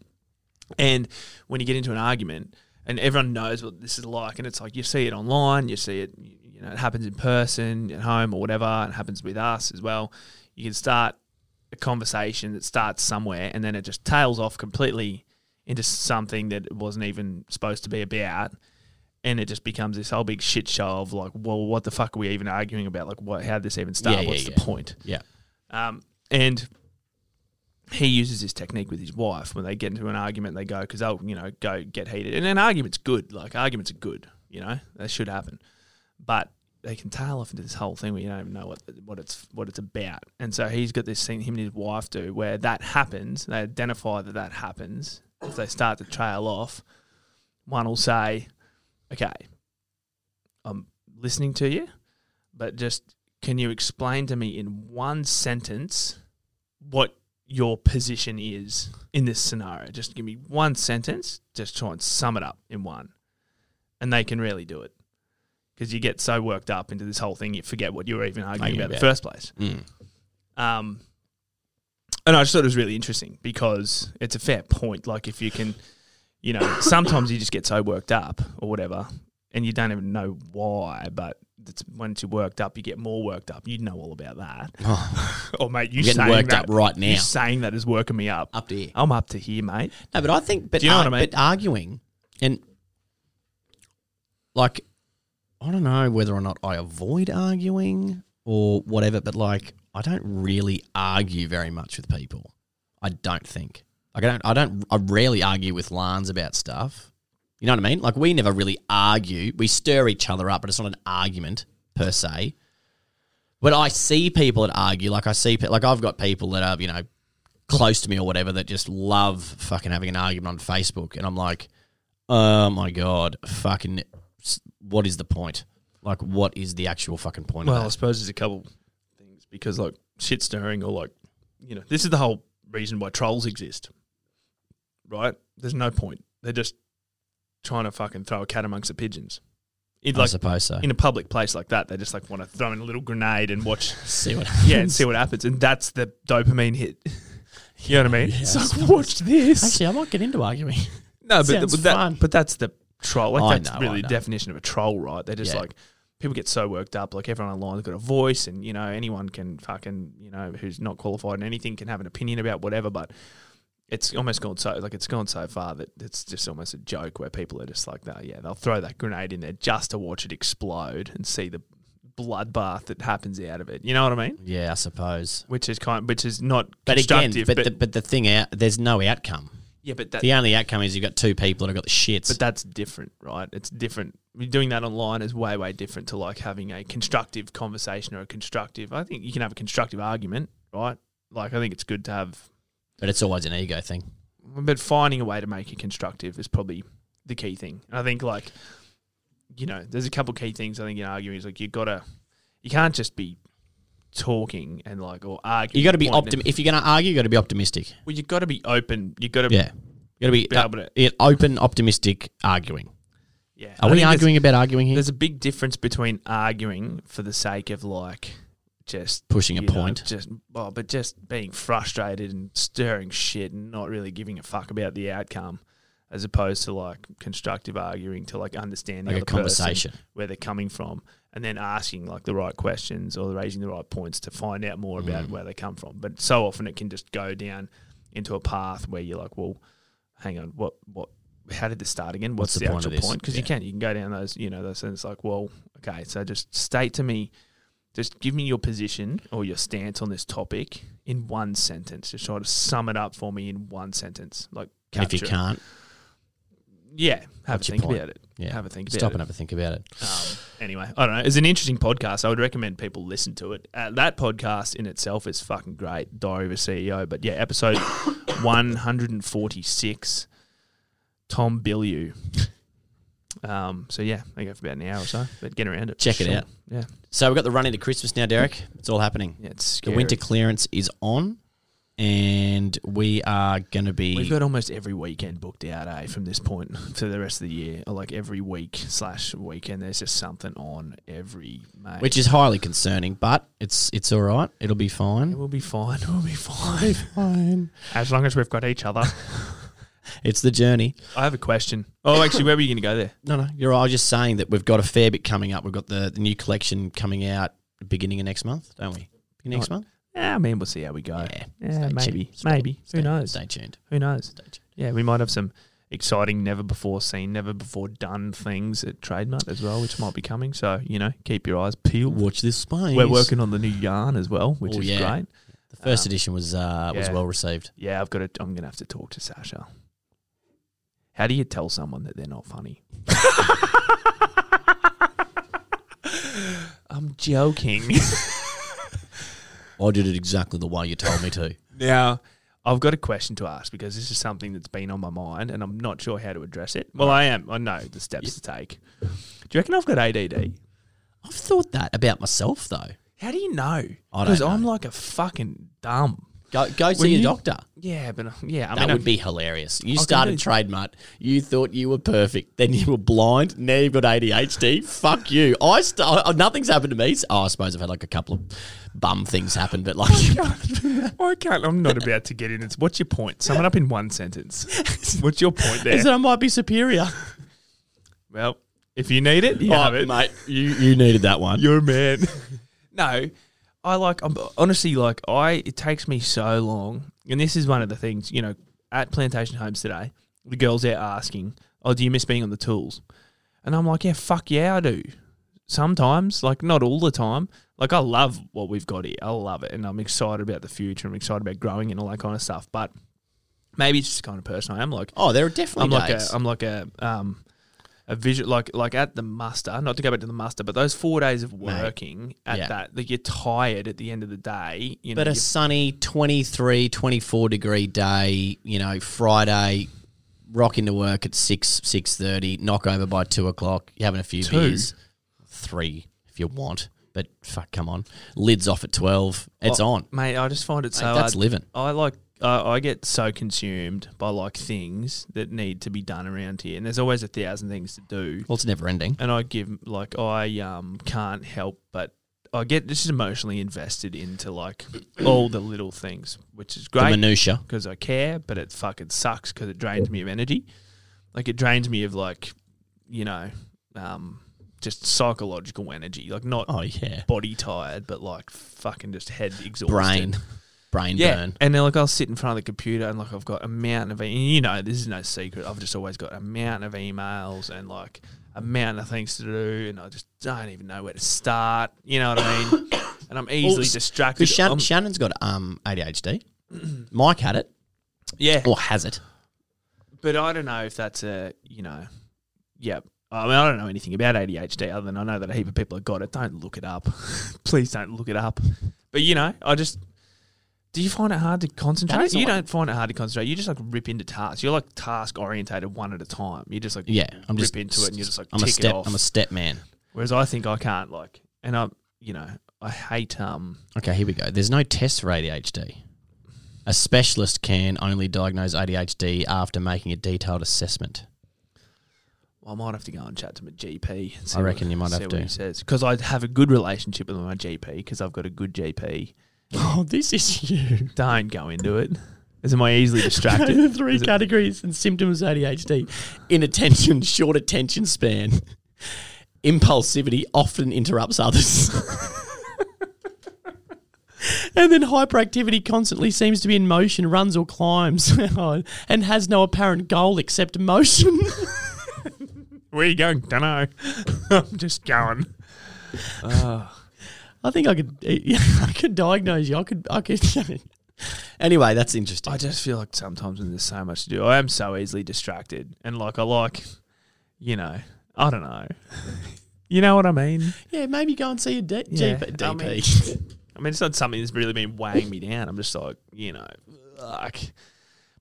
Speaker 3: And when you get into an argument, and everyone knows what this is like, and it's like you see it online, you see it, you know, it happens in person, at home, or whatever. It happens with us as well. You can start a conversation that starts somewhere, and then it just tails off completely into something that it wasn't even supposed to be about and it just becomes this whole big shit show of like, well, what the fuck are we even arguing about? Like, what? How did this even start?
Speaker 2: Yeah, yeah,
Speaker 3: What's
Speaker 2: yeah.
Speaker 3: the point?
Speaker 2: Yeah.
Speaker 3: Um, and he uses this technique with his wife when they get into an argument. They go because they'll you know go get heated, and an argument's good. Like arguments are good, you know, they should happen, but they can tail off into this whole thing where you don't even know what what it's what it's about. And so he's got this thing him and his wife do where that happens. They identify that that happens. If they start to trail off, one will say, "Okay, I'm listening to you, but just can you explain to me in one sentence what your position is in this scenario? Just give me one sentence. Just try and sum it up in one. And they can really do it because you get so worked up into this whole thing, you forget what you were even arguing
Speaker 2: Arguing
Speaker 3: about in the
Speaker 2: about.
Speaker 3: first place.
Speaker 2: Mm.
Speaker 3: Um, and I just thought it was really interesting because it's a fair point. Like if you can, you know,
Speaker 2: [coughs]
Speaker 3: sometimes you just get so worked up or whatever, and you don't even know why. But it's once you're worked up, you get more worked up. You know all about that. [laughs] or mate, you
Speaker 2: I'm Oh. getting
Speaker 3: saying
Speaker 2: worked
Speaker 3: that,
Speaker 2: up right
Speaker 3: You
Speaker 2: now.
Speaker 3: saying that is working me up.
Speaker 2: Up to here.
Speaker 3: I'm up to here, mate.
Speaker 2: No, but I think, but
Speaker 3: Do you know what
Speaker 2: ar-
Speaker 3: I mean?
Speaker 2: But arguing and like, I don't know whether or not I avoid arguing or whatever, but like, I don't really argue very much with people. I don't think. Like, I don't. I don't. I rarely argue with Lans about stuff. You know what I mean? Like, we never really argue. We stir each other up, but it's not an argument per se. But I see people that argue. Like, I see, pe- like, I've got people that are, you know, close to me or whatever that just love fucking having an argument on Facebook, and I'm like, oh my god, fucking, s- what is the point? Like, what is the actual fucking point?
Speaker 3: Well, I
Speaker 2: of that?
Speaker 3: suppose there's a couple things because like shit stirring or like you know this is the whole reason why trolls exist, right? There's no point. They're just trying to fucking throw a cat amongst the pigeons. In
Speaker 2: I
Speaker 3: like
Speaker 2: suppose [laughs] so.
Speaker 3: in a public place like that, they just like want to
Speaker 2: [laughs]
Speaker 3: throw in a little grenade and watch,
Speaker 2: See what?
Speaker 3: yeah, and see what happens. And that's the dopamine hit. [laughs]
Speaker 6: You know what I mean?
Speaker 2: Yeah,
Speaker 6: so
Speaker 2: sounds-
Speaker 6: watch this.
Speaker 2: Actually, I might get into arguing.
Speaker 3: No, but,
Speaker 2: Sounds
Speaker 3: but that,
Speaker 2: fun.
Speaker 3: but that's the troll. Like
Speaker 2: I
Speaker 3: that's
Speaker 2: know, I
Speaker 3: really the
Speaker 2: know.
Speaker 3: definition of a troll, right? They're just
Speaker 2: Yeah.
Speaker 3: like people get so worked up. Like everyone online's got a voice, and you know anyone can fucking you know who's not qualified in anything can have an opinion about whatever. But it's almost gone so like it's gone so far that it's just almost a joke where people are just like that. Yeah, they'll throw that grenade in there just to watch it explode and see the bloodbath that happens out of it. You know what I mean?
Speaker 2: yeah, I suppose.
Speaker 3: Which is kind, which is not
Speaker 2: But again,
Speaker 3: constructive.
Speaker 2: but, the, but the thing out, there's no outcome.
Speaker 3: yeah, but that,
Speaker 2: The only outcome is you've got two people that have got the shits.
Speaker 3: But that's different, right? It's different. Doing that online is way, way different to like having a constructive conversation or a constructive. I think you can have a constructive argument, right? Like I think it's good to have,
Speaker 2: but it's always an ego thing.
Speaker 3: but finding a way to make it constructive is probably the key thing. And I think like, you know, there's a couple key things I think in arguing is like you gotta, you can't just be talking and like or arguing.
Speaker 2: You got to be
Speaker 3: pointing
Speaker 2: optim.
Speaker 3: and-
Speaker 2: If you're going to argue, you got to be optimistic.
Speaker 3: Well, you got to be open. You got to
Speaker 2: Yeah, you got to be,
Speaker 3: Be
Speaker 2: uh,
Speaker 3: able to-
Speaker 2: yeah, open, optimistic arguing.
Speaker 3: yeah. I
Speaker 2: Are we
Speaker 3: think there's-
Speaker 2: arguing about arguing here?
Speaker 3: There's a big difference between arguing for the sake of like just
Speaker 2: Pushing a
Speaker 3: you know,
Speaker 2: point.
Speaker 3: just well, but just being frustrated and stirring shit and not really giving a fuck about the outcome, as opposed to like constructive arguing to like understand the
Speaker 2: Like a
Speaker 3: other person,
Speaker 2: conversation.
Speaker 3: where they're coming from and then asking like the right questions or raising the right points to find out more about
Speaker 2: Mm.
Speaker 3: where they come from. But so often it can just go down into a path where you're like, well, hang on, what what how did this start again? What's,
Speaker 2: What's
Speaker 3: the,
Speaker 2: the point of
Speaker 3: actual
Speaker 2: this?
Speaker 3: point? Because you
Speaker 2: Yeah.
Speaker 3: can you can go down those you know those and it's like, well, okay, so just state to me, just give me your position or your stance on this topic in one sentence. Just try to sum it up for me in one sentence, like
Speaker 2: And if you
Speaker 3: capture it.
Speaker 2: can't,
Speaker 3: yeah, have a
Speaker 2: what's your
Speaker 3: think
Speaker 2: point?
Speaker 3: about it.
Speaker 2: yeah,
Speaker 3: Have a think about
Speaker 2: Stop
Speaker 3: it.
Speaker 2: and have a think about it.
Speaker 3: Um, anyway, I don't know. It's an interesting podcast. I would recommend people listen to it. Uh, that podcast in itself is fucking great. Diary of a CEO. But yeah, episode [coughs] 146, Tom Bilyeu. Um, so yeah, they go for about an hour or so, but get around it.
Speaker 2: Check it
Speaker 3: Sure.
Speaker 2: out.
Speaker 3: Yeah.
Speaker 2: So we've got the run into Christmas now, Derek. It's all happening.
Speaker 3: Yeah, it's
Speaker 2: The
Speaker 3: scary.
Speaker 2: winter clearance is on, and we are going to be.
Speaker 3: We've got almost every weekend booked out, eh, from this point [laughs] to the rest of the year. Or like every week slash weekend, there's just something on every, mate.
Speaker 2: which is highly concerning, but it's it's all right. It'll be
Speaker 3: It
Speaker 2: fine.
Speaker 3: will be fine. [laughs] It will be fine.
Speaker 2: Fine.
Speaker 6: As long as we've got
Speaker 3: [laughs]
Speaker 6: each other.
Speaker 2: It's the journey.
Speaker 3: I have a question. Oh, actually, where were you going to go there?
Speaker 2: No, no, you're. right. I was just saying that we've got a fair bit coming up. We've got the, the new collection coming out beginning of next month, don't we? Next month.
Speaker 3: Yeah, Ah, I mean, we'll see how we go.
Speaker 2: Yeah.
Speaker 3: Yeah,
Speaker 2: Stay
Speaker 3: maybe.
Speaker 2: tuned.
Speaker 3: Maybe.
Speaker 2: Stay-
Speaker 3: Who knows?
Speaker 2: Stay tuned.
Speaker 3: Who knows?
Speaker 2: Stay tuned.
Speaker 3: Yeah, we might have some exciting, never before seen, never before done things at Trademark as well, which might be coming. So, you know, keep your eyes peeled.
Speaker 2: Watch this space.
Speaker 3: We're working on the new yarn as well, which
Speaker 2: Oh,
Speaker 3: is
Speaker 2: yeah.
Speaker 3: great.
Speaker 2: The first edition was uh, was
Speaker 3: yeah.
Speaker 2: well received.
Speaker 3: Yeah, I've got to, I'm going to have to talk to Sasha. How do you tell someone that they're not [laughs] funny? I'm joking. [laughs]
Speaker 2: I did it exactly the way you told
Speaker 3: [laughs]
Speaker 2: me to.
Speaker 3: Now, I've got a question to ask because this is something that's been on my mind and I'm not sure how to address it. Well, I am. I know the steps to take. Do you reckon I've got ADD?
Speaker 2: I've thought that about myself though.
Speaker 3: How do you know?
Speaker 2: don't
Speaker 3: Because I'm
Speaker 2: know.
Speaker 3: like a fucking dumb.
Speaker 2: Go go
Speaker 3: When
Speaker 2: see a
Speaker 3: you-
Speaker 2: doctor.
Speaker 3: Yeah, but uh, yeah, I
Speaker 2: That
Speaker 3: mean, [laughs]
Speaker 2: would
Speaker 3: I'm-
Speaker 2: be hilarious. You
Speaker 3: can
Speaker 2: started
Speaker 3: do-
Speaker 2: trademark. You thought you were perfect. Then you were blind. Now you've got ADHD. Fuck you. I st- I- nothing's happened to me. Oh, I suppose I've had like a couple of bum things happen, but like
Speaker 3: Oh
Speaker 2: [laughs]
Speaker 6: I can't. I'm not about to get in. It's what's your point? Sum it up in
Speaker 2: [laughs]
Speaker 6: one sentence. What's your point there?
Speaker 2: is that I might be superior.
Speaker 6: well, if you need it, you
Speaker 2: Oh,
Speaker 6: have it.
Speaker 2: mate, you, you needed that one.
Speaker 6: You're a man.
Speaker 3: [laughs] no, I like. I'm, honestly, like I, it takes me so long, and this is one of the things. You know, at Plantation Homes today, the girls out asking, "Oh, do you miss being on the tools?" And I'm like, "Yeah, fuck yeah, I do." Sometimes, like not all the time. Like I love what we've got here. I love it, and I'm excited about the future. I'm excited about growing and all that kind of stuff. But maybe it's just the kind of person I am. Like
Speaker 2: oh, there are definitely
Speaker 3: I'm like a,
Speaker 2: days.
Speaker 3: I'm like a um a visual like like at the muster, not to go back to the muster, but those four days of working at
Speaker 2: yeah.
Speaker 3: that, like you're tired at the end of the day. You know,
Speaker 2: but a
Speaker 3: you're-
Speaker 2: sunny 23, 24 degree day, you know, Friday, rock into work at 6, 6.30, knock over by 2 o'clock, you're having a few beers. Three, if you want. But fuck, come on. Lid's off at 12. It's
Speaker 3: Oh,
Speaker 2: on.
Speaker 3: mate. I just find it so
Speaker 2: that's
Speaker 3: hard.
Speaker 2: living.
Speaker 3: I like I I get so consumed by like things that need to be done around here, and there's always a thousand things to do.
Speaker 2: Well, it's never ending.
Speaker 3: and I give like I um can't help but I get just emotionally invested into like all the little things, which is
Speaker 2: The
Speaker 3: great
Speaker 2: minutia.
Speaker 3: because I care, but it fucking sucks because it drains me of energy. Like it drains me of like, you know, um, just psychological energy, like not
Speaker 2: Oh yeah,
Speaker 3: body tired, but like fucking just head exhausted,
Speaker 2: brain, brain
Speaker 3: yeah.
Speaker 2: burn.
Speaker 3: And then like I'll sit in front of the computer and like I've got a mountain of, e- you know, this is no secret. I've just always got a mountain of emails and like a mountain of things to do, and I just don't even know where to start. You know what I
Speaker 2: [coughs]
Speaker 3: mean? And I'm easily
Speaker 2: s-
Speaker 3: distracted.
Speaker 2: Because Shannon,
Speaker 3: I'm-
Speaker 2: Shannon's got um
Speaker 3: [clears throat]
Speaker 2: ADHD. Mike had it
Speaker 3: yeah,
Speaker 2: or has it.
Speaker 3: but I don't know if that's a you know, yeah. I mean, I don't know anything about ADHD other than I know that a heap of people have got it. Don't look it up, [laughs] please don't look it up. But you know, I just do you find it hard to concentrate?
Speaker 2: is
Speaker 3: You
Speaker 2: not-
Speaker 3: don't find it hard to concentrate. You just like rip into tasks. You're like task orientated one at a time. You just like
Speaker 2: Yeah, I'm
Speaker 3: rip
Speaker 2: just
Speaker 3: into it and you just like
Speaker 2: I'm
Speaker 3: tick
Speaker 2: a step.
Speaker 3: it off.
Speaker 2: I'm a step man.
Speaker 3: Whereas I think I can't like, and I you know I hate um
Speaker 2: Okay, here we go. There's no test for ADHD. A specialist can only diagnose ADHD after making a detailed assessment.
Speaker 3: I might have to go and chat to my GP. And see
Speaker 2: I reckon you might
Speaker 3: see
Speaker 2: have
Speaker 3: what
Speaker 2: to.
Speaker 3: He says because I have a good relationship with my GP because I've got a good GP.
Speaker 2: Oh, this is [laughs] you.
Speaker 3: Don't go into it. Is am I
Speaker 6: [laughs]
Speaker 3: easily distracted?
Speaker 2: three categories and symptoms of ADHD: inattention, short attention [laughs] span, impulsivity, often interrupts others, [laughs] and then hyperactivity, constantly seems to be in motion, runs or climbs, [laughs] Oh, and has no apparent goal except motion.
Speaker 6: Where you going? Dunno. [laughs] I'm just going.
Speaker 2: I think I could. [laughs] I could diagnose you. I could. I could. [laughs] anyway, that's interesting.
Speaker 3: I just feel like sometimes when there's so much to do, I am so easily distracted. And like I like, you know, I don't know. [laughs] you know what I mean?
Speaker 2: yeah, maybe go and see a D-
Speaker 3: Yeah,
Speaker 2: GP.
Speaker 3: I
Speaker 2: DP. [laughs]
Speaker 3: I mean, it's not something that's really been weighing me down. I'm just like, you know, like.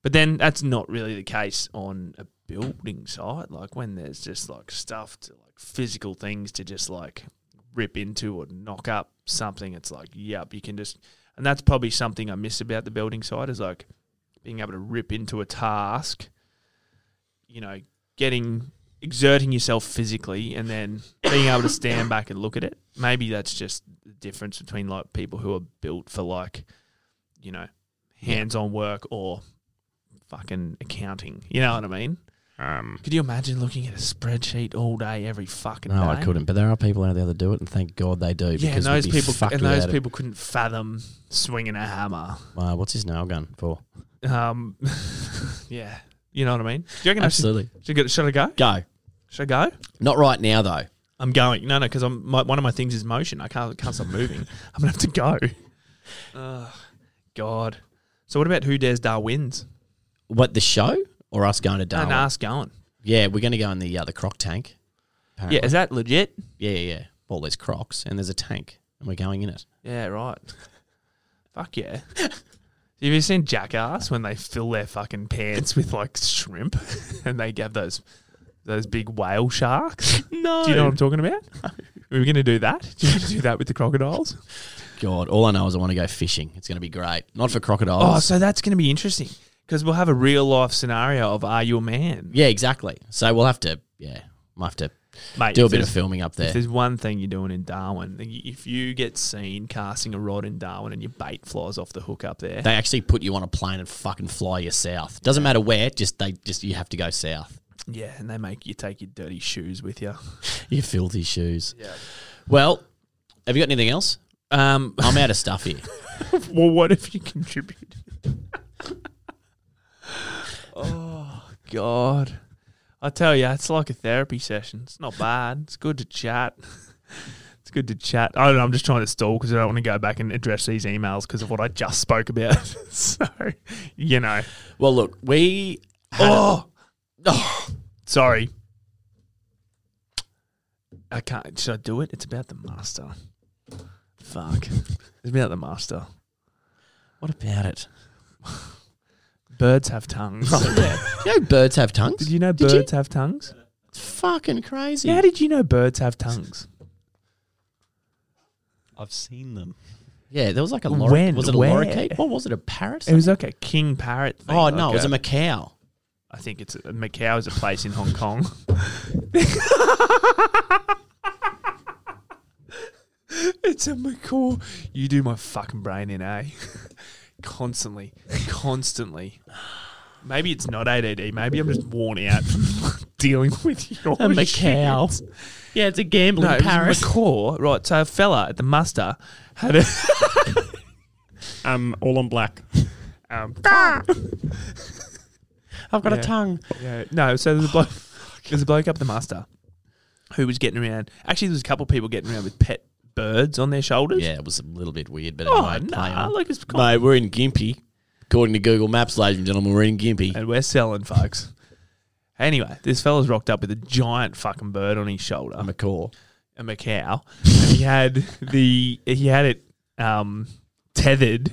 Speaker 3: But then that's not really the case on a building site. Like when there's just like stuff to like physical things to just like rip into or knock up something. It's like, yep, you can just. And that's probably something I miss about the building site is like being able to rip into a task, you know, getting exerting yourself physically and then being able to stand back and look at it. Maybe that's just the difference between like people who are built for like, you know, hands on work or fucking accounting. You know what I mean?
Speaker 6: Um,
Speaker 3: Could you imagine looking at a spreadsheet all day, every fucking
Speaker 2: no,
Speaker 3: day?
Speaker 2: I couldn't. But there are people out there that do it, and thank God they do.
Speaker 3: Yeah, and
Speaker 2: because we'd
Speaker 3: those
Speaker 2: be
Speaker 3: people
Speaker 2: fucked
Speaker 3: and those
Speaker 2: without it.
Speaker 3: people couldn't fathom swinging a hammer.
Speaker 2: Uh, what's his nail gun for?
Speaker 3: Um, [laughs] yeah, you know what I mean. Do you reckon I should,
Speaker 2: Absolutely.
Speaker 3: should, I go- should I go?
Speaker 2: Go.
Speaker 3: Should I go?
Speaker 2: Not right now though.
Speaker 3: I'm going. No, no, because I'm my, one of my things is motion. I can't can't stop moving. [laughs] I'm gonna have to go. Ugh, God. So what about who dares Darwin's?
Speaker 2: What the show or us going to
Speaker 3: No,
Speaker 2: Darwin?
Speaker 3: no, ask going.
Speaker 2: Yeah, we're going to go in the uh, the croc tank.
Speaker 3: Yeah, is that legit?
Speaker 2: Yeah, yeah, yeah. Well, there's crocs and there's a tank, and we're going in it.
Speaker 3: Yeah, right. Fuck yeah. Have you seen Jackass when they fill their fucking pants with like shrimp [laughs] and they have those those big whale sharks?
Speaker 2: No.
Speaker 3: Do you know what I'm talking about? We were going to do that. Do you want to do that with the crocodiles?
Speaker 2: God, all I know is I want to go fishing. It's going to be great. Not for crocodiles.
Speaker 3: Oh, so that's going to be interesting because we'll have a real life scenario of Are You a Man?
Speaker 2: yeah, exactly. So we'll have to. Yeah, we'll have to
Speaker 3: Mate,
Speaker 2: do a
Speaker 3: if
Speaker 2: bit of
Speaker 3: there's-
Speaker 2: filming up
Speaker 3: If
Speaker 2: there.
Speaker 3: there's one thing you're doing in Darwin, if you get seen casting a rod in Darwin and your bait flies off the hook up there,
Speaker 2: They actually put you on a plane and fucking fly you south. Doesn't matter where, just they just you have to go south.
Speaker 3: yeah, and they make you take your dirty shoes with you.
Speaker 2: You filthy shoes. Yeah. Well, have you got anything else?
Speaker 3: Um,
Speaker 2: I'm out of stuff here.
Speaker 3: well, what if you contribute? [laughs] oh God, I tell you, it's like a therapy session. It's not bad. It's good to chat. [laughs] It's good to chat. I don't know. I'm just trying to stall because I don't want to go back and address these emails because of what I just spoke about. [laughs] so, you know.
Speaker 2: [laughs] Well, look, we had a-
Speaker 3: Oh, oh, sorry. I can't. Should I do it? It's about the master. Fuck. It's about the master.
Speaker 2: what about it?
Speaker 3: Birds have [laughs] tongues.
Speaker 2: You know, birds have tongues.
Speaker 3: Did you know
Speaker 2: Did you?
Speaker 3: birds have tongues?
Speaker 2: It's fucking crazy.
Speaker 3: How did you know birds have tongues?
Speaker 4: I've seen them.
Speaker 2: yeah, there was like a lor-
Speaker 3: When?
Speaker 2: was it a
Speaker 3: Where?
Speaker 2: lorikeet? What was it? A parrot?
Speaker 3: It was like a king parrot thing.
Speaker 2: oh no,
Speaker 3: like
Speaker 2: it was a macaw.
Speaker 3: I think it's a, Macau is a place in Hong
Speaker 6: [laughs]
Speaker 3: Kong. It's a macaw. You do my fucking brain in, eh? [laughs] Constantly. Constantly. Maybe it's not ADD. Maybe I'm just worn out from [laughs] dealing with your
Speaker 6: A macaw.
Speaker 3: shit.
Speaker 6: Yeah, it's a gambling
Speaker 3: No, it was a macaw. Right, so a fella at the muster had a...
Speaker 7: Um, all on black.
Speaker 3: Um,
Speaker 2: I've got
Speaker 3: Yeah.
Speaker 2: a tongue.
Speaker 3: Yeah, no. So there's a
Speaker 2: [laughs]
Speaker 3: bloke, there's a bloke up the master who was getting around. Actually, there was a couple of people getting around with pet birds on their shoulders.
Speaker 2: Yeah, it was a little bit weird, but
Speaker 3: Oh,
Speaker 2: anyway, play
Speaker 3: nah,
Speaker 2: on.
Speaker 3: look, it's cool.
Speaker 2: Mate, we're in Gimpy. According to Google Maps, ladies and gentlemen, we're in Gimpy.
Speaker 3: and we're selling, folks. Anyway, this fella's rocked up with a giant fucking bird on his shoulder,
Speaker 2: McCaw.
Speaker 3: a macaw. and he had the he had it um, tethered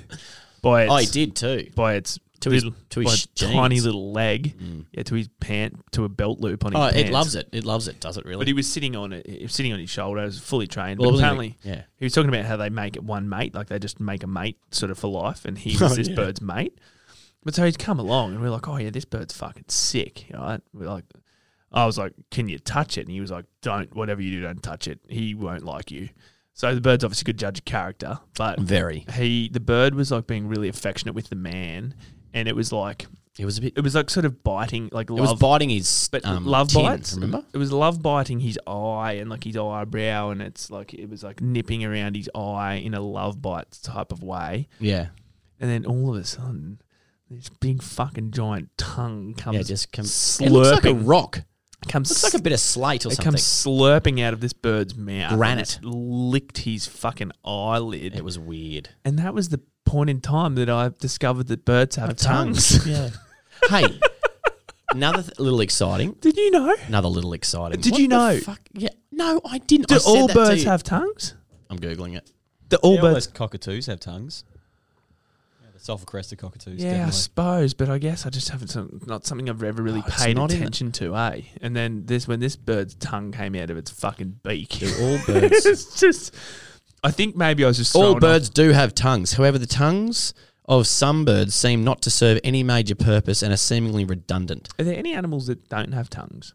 Speaker 3: by its,
Speaker 2: Oh, he did too.
Speaker 3: by its
Speaker 2: To his-
Speaker 3: little-
Speaker 2: to his
Speaker 3: by its tiny
Speaker 2: jeans. Mm.
Speaker 3: little leg, yeah, to his pant, to a belt loop on his.
Speaker 2: Oh, it
Speaker 3: pants.
Speaker 2: loves it. It loves it, does it really?
Speaker 3: But he was sitting on it, he was sitting on his shoulder, he was fully trained.
Speaker 2: Well,
Speaker 3: but
Speaker 2: it wasn't
Speaker 3: apparently,
Speaker 2: even- yeah.
Speaker 3: he was talking about how they make it one mate, like they just make a mate sort of for life, and
Speaker 2: [laughs] Oh,
Speaker 3: he was this bird's mate. But so he'd come along, and we are like, "Oh yeah, this bird's fucking sick." Right? We're like, I was like, "Can you touch it?" And he was like, "Don't. Whatever you do, don't touch it. He won't like you." So the bird's obviously a good judge of character, but
Speaker 2: Very.
Speaker 3: he the bird was like being really affectionate with the man, and it was like
Speaker 2: It was a bit.
Speaker 3: it was like sort of biting, like
Speaker 2: It was
Speaker 3: love
Speaker 2: biting his
Speaker 3: but
Speaker 2: um,
Speaker 3: love
Speaker 2: tin,
Speaker 3: bites.
Speaker 2: Remember?
Speaker 3: it was love biting his eye and like his eyebrow, and it's like it was like nipping around his eye in a love bite type of way.
Speaker 2: Yeah.
Speaker 3: And then all of a sudden, this big fucking giant tongue comes
Speaker 2: Yeah. Just come.
Speaker 3: slurping,
Speaker 2: It looks like a rock.
Speaker 3: comes
Speaker 2: Looks like a bit of slate or
Speaker 3: it
Speaker 2: something.
Speaker 3: comes slurping out of this bird's mouth. and
Speaker 2: Granite.
Speaker 3: it's licked his fucking eyelid,
Speaker 2: It was weird.
Speaker 3: and that was the point in time that I discovered that birds have tongues. [laughs]
Speaker 2: yeah. [laughs] Hey, another th- little exciting.
Speaker 3: Did you know?
Speaker 2: Another little exciting.
Speaker 3: Did
Speaker 2: What
Speaker 3: you
Speaker 2: the
Speaker 3: know?
Speaker 2: fuck? Yeah. No, I didn't. I
Speaker 3: Do
Speaker 2: said
Speaker 3: all
Speaker 2: that to
Speaker 3: birds
Speaker 2: you.
Speaker 3: have tongues?
Speaker 2: I'm googling it.
Speaker 3: Do all
Speaker 4: Yeah, all
Speaker 3: birds
Speaker 4: those cockatoos have tongues. Yeah, the sulfur crested cockatoos.
Speaker 3: Yeah, I
Speaker 4: definitely.
Speaker 3: suppose, but I guess I just haven't some, not something I've ever really
Speaker 2: Oh, it's
Speaker 3: paid
Speaker 2: not in the-
Speaker 3: attention to, eh? And then this when this bird's tongue came out of its fucking beak, [laughs]
Speaker 2: Do all birds?
Speaker 3: it's just. I think maybe I was just
Speaker 2: all
Speaker 3: thrown off.
Speaker 2: birds do have tongues. However, the tongues of some birds seem not to serve any major purpose and are seemingly redundant.
Speaker 3: Are there any animals that don't have tongues?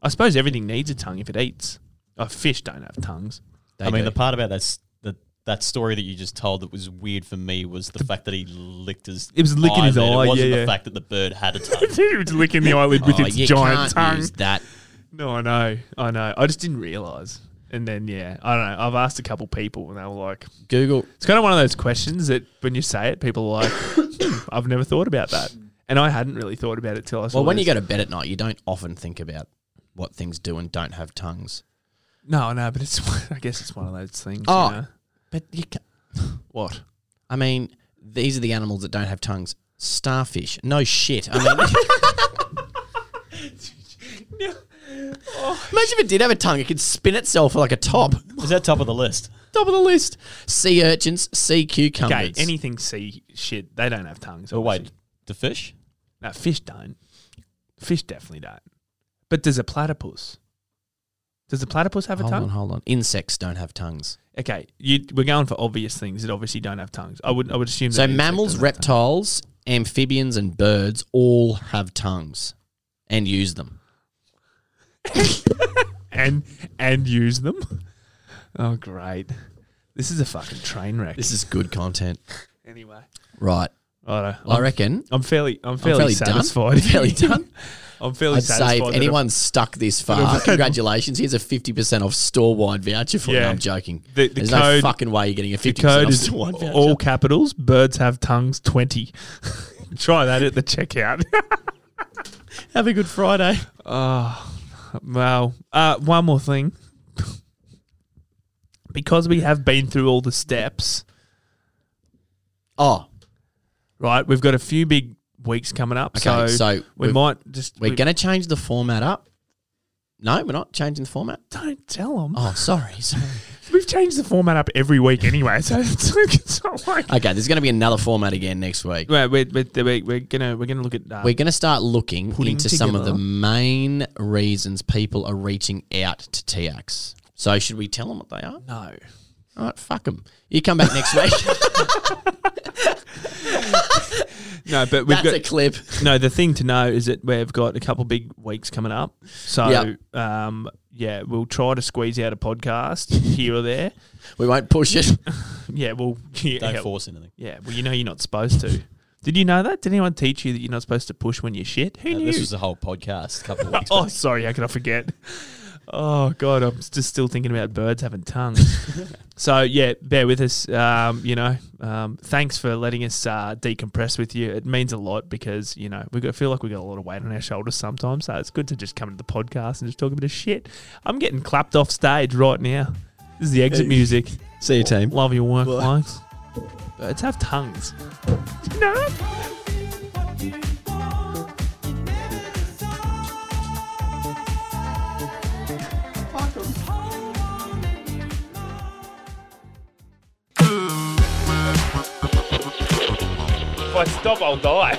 Speaker 3: I suppose everything needs a tongue if it eats. Oh, fish don't have [laughs] tongues.
Speaker 2: They
Speaker 4: I mean,
Speaker 2: do.
Speaker 4: the part about that s- that that story that you just told that was weird for me was the fact that he licked his.
Speaker 3: It was licking his
Speaker 4: eyelid.
Speaker 3: eye,
Speaker 4: It wasn't
Speaker 3: yeah,
Speaker 4: the
Speaker 3: yeah.
Speaker 4: fact that the bird had a
Speaker 3: [laughs]
Speaker 4: tongue.
Speaker 3: Dude's licking the eyelid with
Speaker 2: Oh,
Speaker 3: its
Speaker 2: you
Speaker 3: giant
Speaker 2: can't
Speaker 3: tongue.
Speaker 2: use that.
Speaker 3: No, I know, I know. I just didn't realize. And then yeah, I don't know. I've asked a couple people, and they were like,
Speaker 2: Google.
Speaker 3: It's kind of one of those questions that when you say it, people are like, "Hmm, I've never thought about that. And I hadn't really thought about it till I saw
Speaker 2: Well, when you
Speaker 3: this.
Speaker 2: go to bed at night, you don't often think about what things do and don't have tongues.
Speaker 3: No, no, but it's, [laughs] I guess it's one of those things.
Speaker 2: Oh.
Speaker 3: You know?
Speaker 2: But you can [sighs]
Speaker 3: What?
Speaker 2: I mean, these are the animals that don't have tongues. Starfish. No shit. I
Speaker 3: [laughs]
Speaker 2: mean. [laughs] Imagine if it did have a tongue, it could spin itself like a top.
Speaker 4: Is that top of the list?
Speaker 2: Top of the list. Sea urchins, sea cucumbers.
Speaker 3: Okay, anything sea shit, they don't have tongues.
Speaker 4: Oh wait,
Speaker 3: obviously.
Speaker 4: the fish.
Speaker 3: No, fish don't. Fish definitely don't. But does a platypus? Does the platypus have
Speaker 2: hold
Speaker 3: a tongue?
Speaker 2: on, hold on. Insects don't have tongues.
Speaker 3: Okay, you, we're going for obvious things that obviously don't have tongues. I would, I would assume.
Speaker 2: So
Speaker 3: that an insect
Speaker 2: mammals,
Speaker 3: doesn't have tongues.
Speaker 2: reptiles, amphibians, and birds all have tongues and use them.
Speaker 3: and and use them. [laughs] Oh, great! This is a fucking train wreck.
Speaker 2: This is good content,
Speaker 3: Anyway,
Speaker 2: right?
Speaker 3: I,
Speaker 2: I reckon.
Speaker 3: am fairly, I'm fairly,
Speaker 2: fairly done.
Speaker 3: satisfied.
Speaker 2: I'm [laughs] fairly done.
Speaker 3: [laughs] I'm fairly
Speaker 2: I'd say
Speaker 3: satisfied.
Speaker 2: if
Speaker 3: that
Speaker 2: anyone's stuck this far, congratulations. Here's a 50% off store wide voucher for you.
Speaker 3: Yeah.
Speaker 2: I'm joking.
Speaker 3: The- the
Speaker 2: There's
Speaker 3: code-
Speaker 2: no fucking way you're getting a
Speaker 3: the
Speaker 2: 50%
Speaker 3: code
Speaker 2: off
Speaker 3: is
Speaker 2: store wide voucher.
Speaker 3: all capitals. Birds have tongues. Twenty. [laughs] Try that at the checkout. [laughs]
Speaker 2: Have a good Friday.
Speaker 3: Wow. Uh, one more thing. [laughs] Because we have been through all the steps,
Speaker 2: Oh,
Speaker 3: right? We've got a few big weeks coming up.
Speaker 2: Okay,
Speaker 3: so,
Speaker 2: so
Speaker 3: we
Speaker 2: we've-
Speaker 3: might just
Speaker 2: we're
Speaker 3: we-
Speaker 2: going to change the format up. No, we're not changing the format.
Speaker 3: don't tell them.
Speaker 2: Oh, sorry.
Speaker 3: [laughs]
Speaker 2: sorry.
Speaker 3: We've changed the format up every week anyway, so [laughs] it's, it's not like.
Speaker 2: okay, there's going to be another format again next week.
Speaker 3: Well, we're, we're, we're, we're gonna we're gonna look at uh,
Speaker 2: We're going to start looking
Speaker 3: Putting
Speaker 2: into some of the
Speaker 3: together.
Speaker 2: main reasons people are reaching out to TX. So, should we tell them what they are?
Speaker 3: no
Speaker 2: All right, fuck them. You come back next week.
Speaker 3: [laughs] No, but we've
Speaker 2: That's
Speaker 3: got
Speaker 2: a clip.
Speaker 3: no. The thing to know is that we've got a couple big weeks coming up. So,
Speaker 2: Yep.
Speaker 3: um, yeah, we'll try to squeeze out a podcast here
Speaker 8: [laughs]
Speaker 3: or there.
Speaker 2: [laughs] We won't push it.
Speaker 3: Yeah, well, yeah,
Speaker 8: Don't
Speaker 3: yeah,
Speaker 8: force anything.
Speaker 3: yeah, well, you know, you're not supposed to. Did you know that? Did anyone teach you that you're not supposed to push when you shit? Who
Speaker 8: No,
Speaker 3: knew?
Speaker 8: this was a whole podcast. A
Speaker 2: [laughs]
Speaker 8: couple of weeks.
Speaker 3: [laughs] oh, sorry, how could I forget? Oh God, I'm just still thinking about birds having tongues. so yeah, bear with us. Um, you know, um, thanks for letting us uh, decompress with you. It means a lot because you know we got, feel like we got a lot of weight on our shoulders sometimes. So it's good to just come to the podcast and just talk a bit of shit. I'm getting clapped off stage right now. This is the exit music.
Speaker 2: See you, team.
Speaker 3: Love your work, mates. Birds have tongues. You know that? If I stop, I'll die.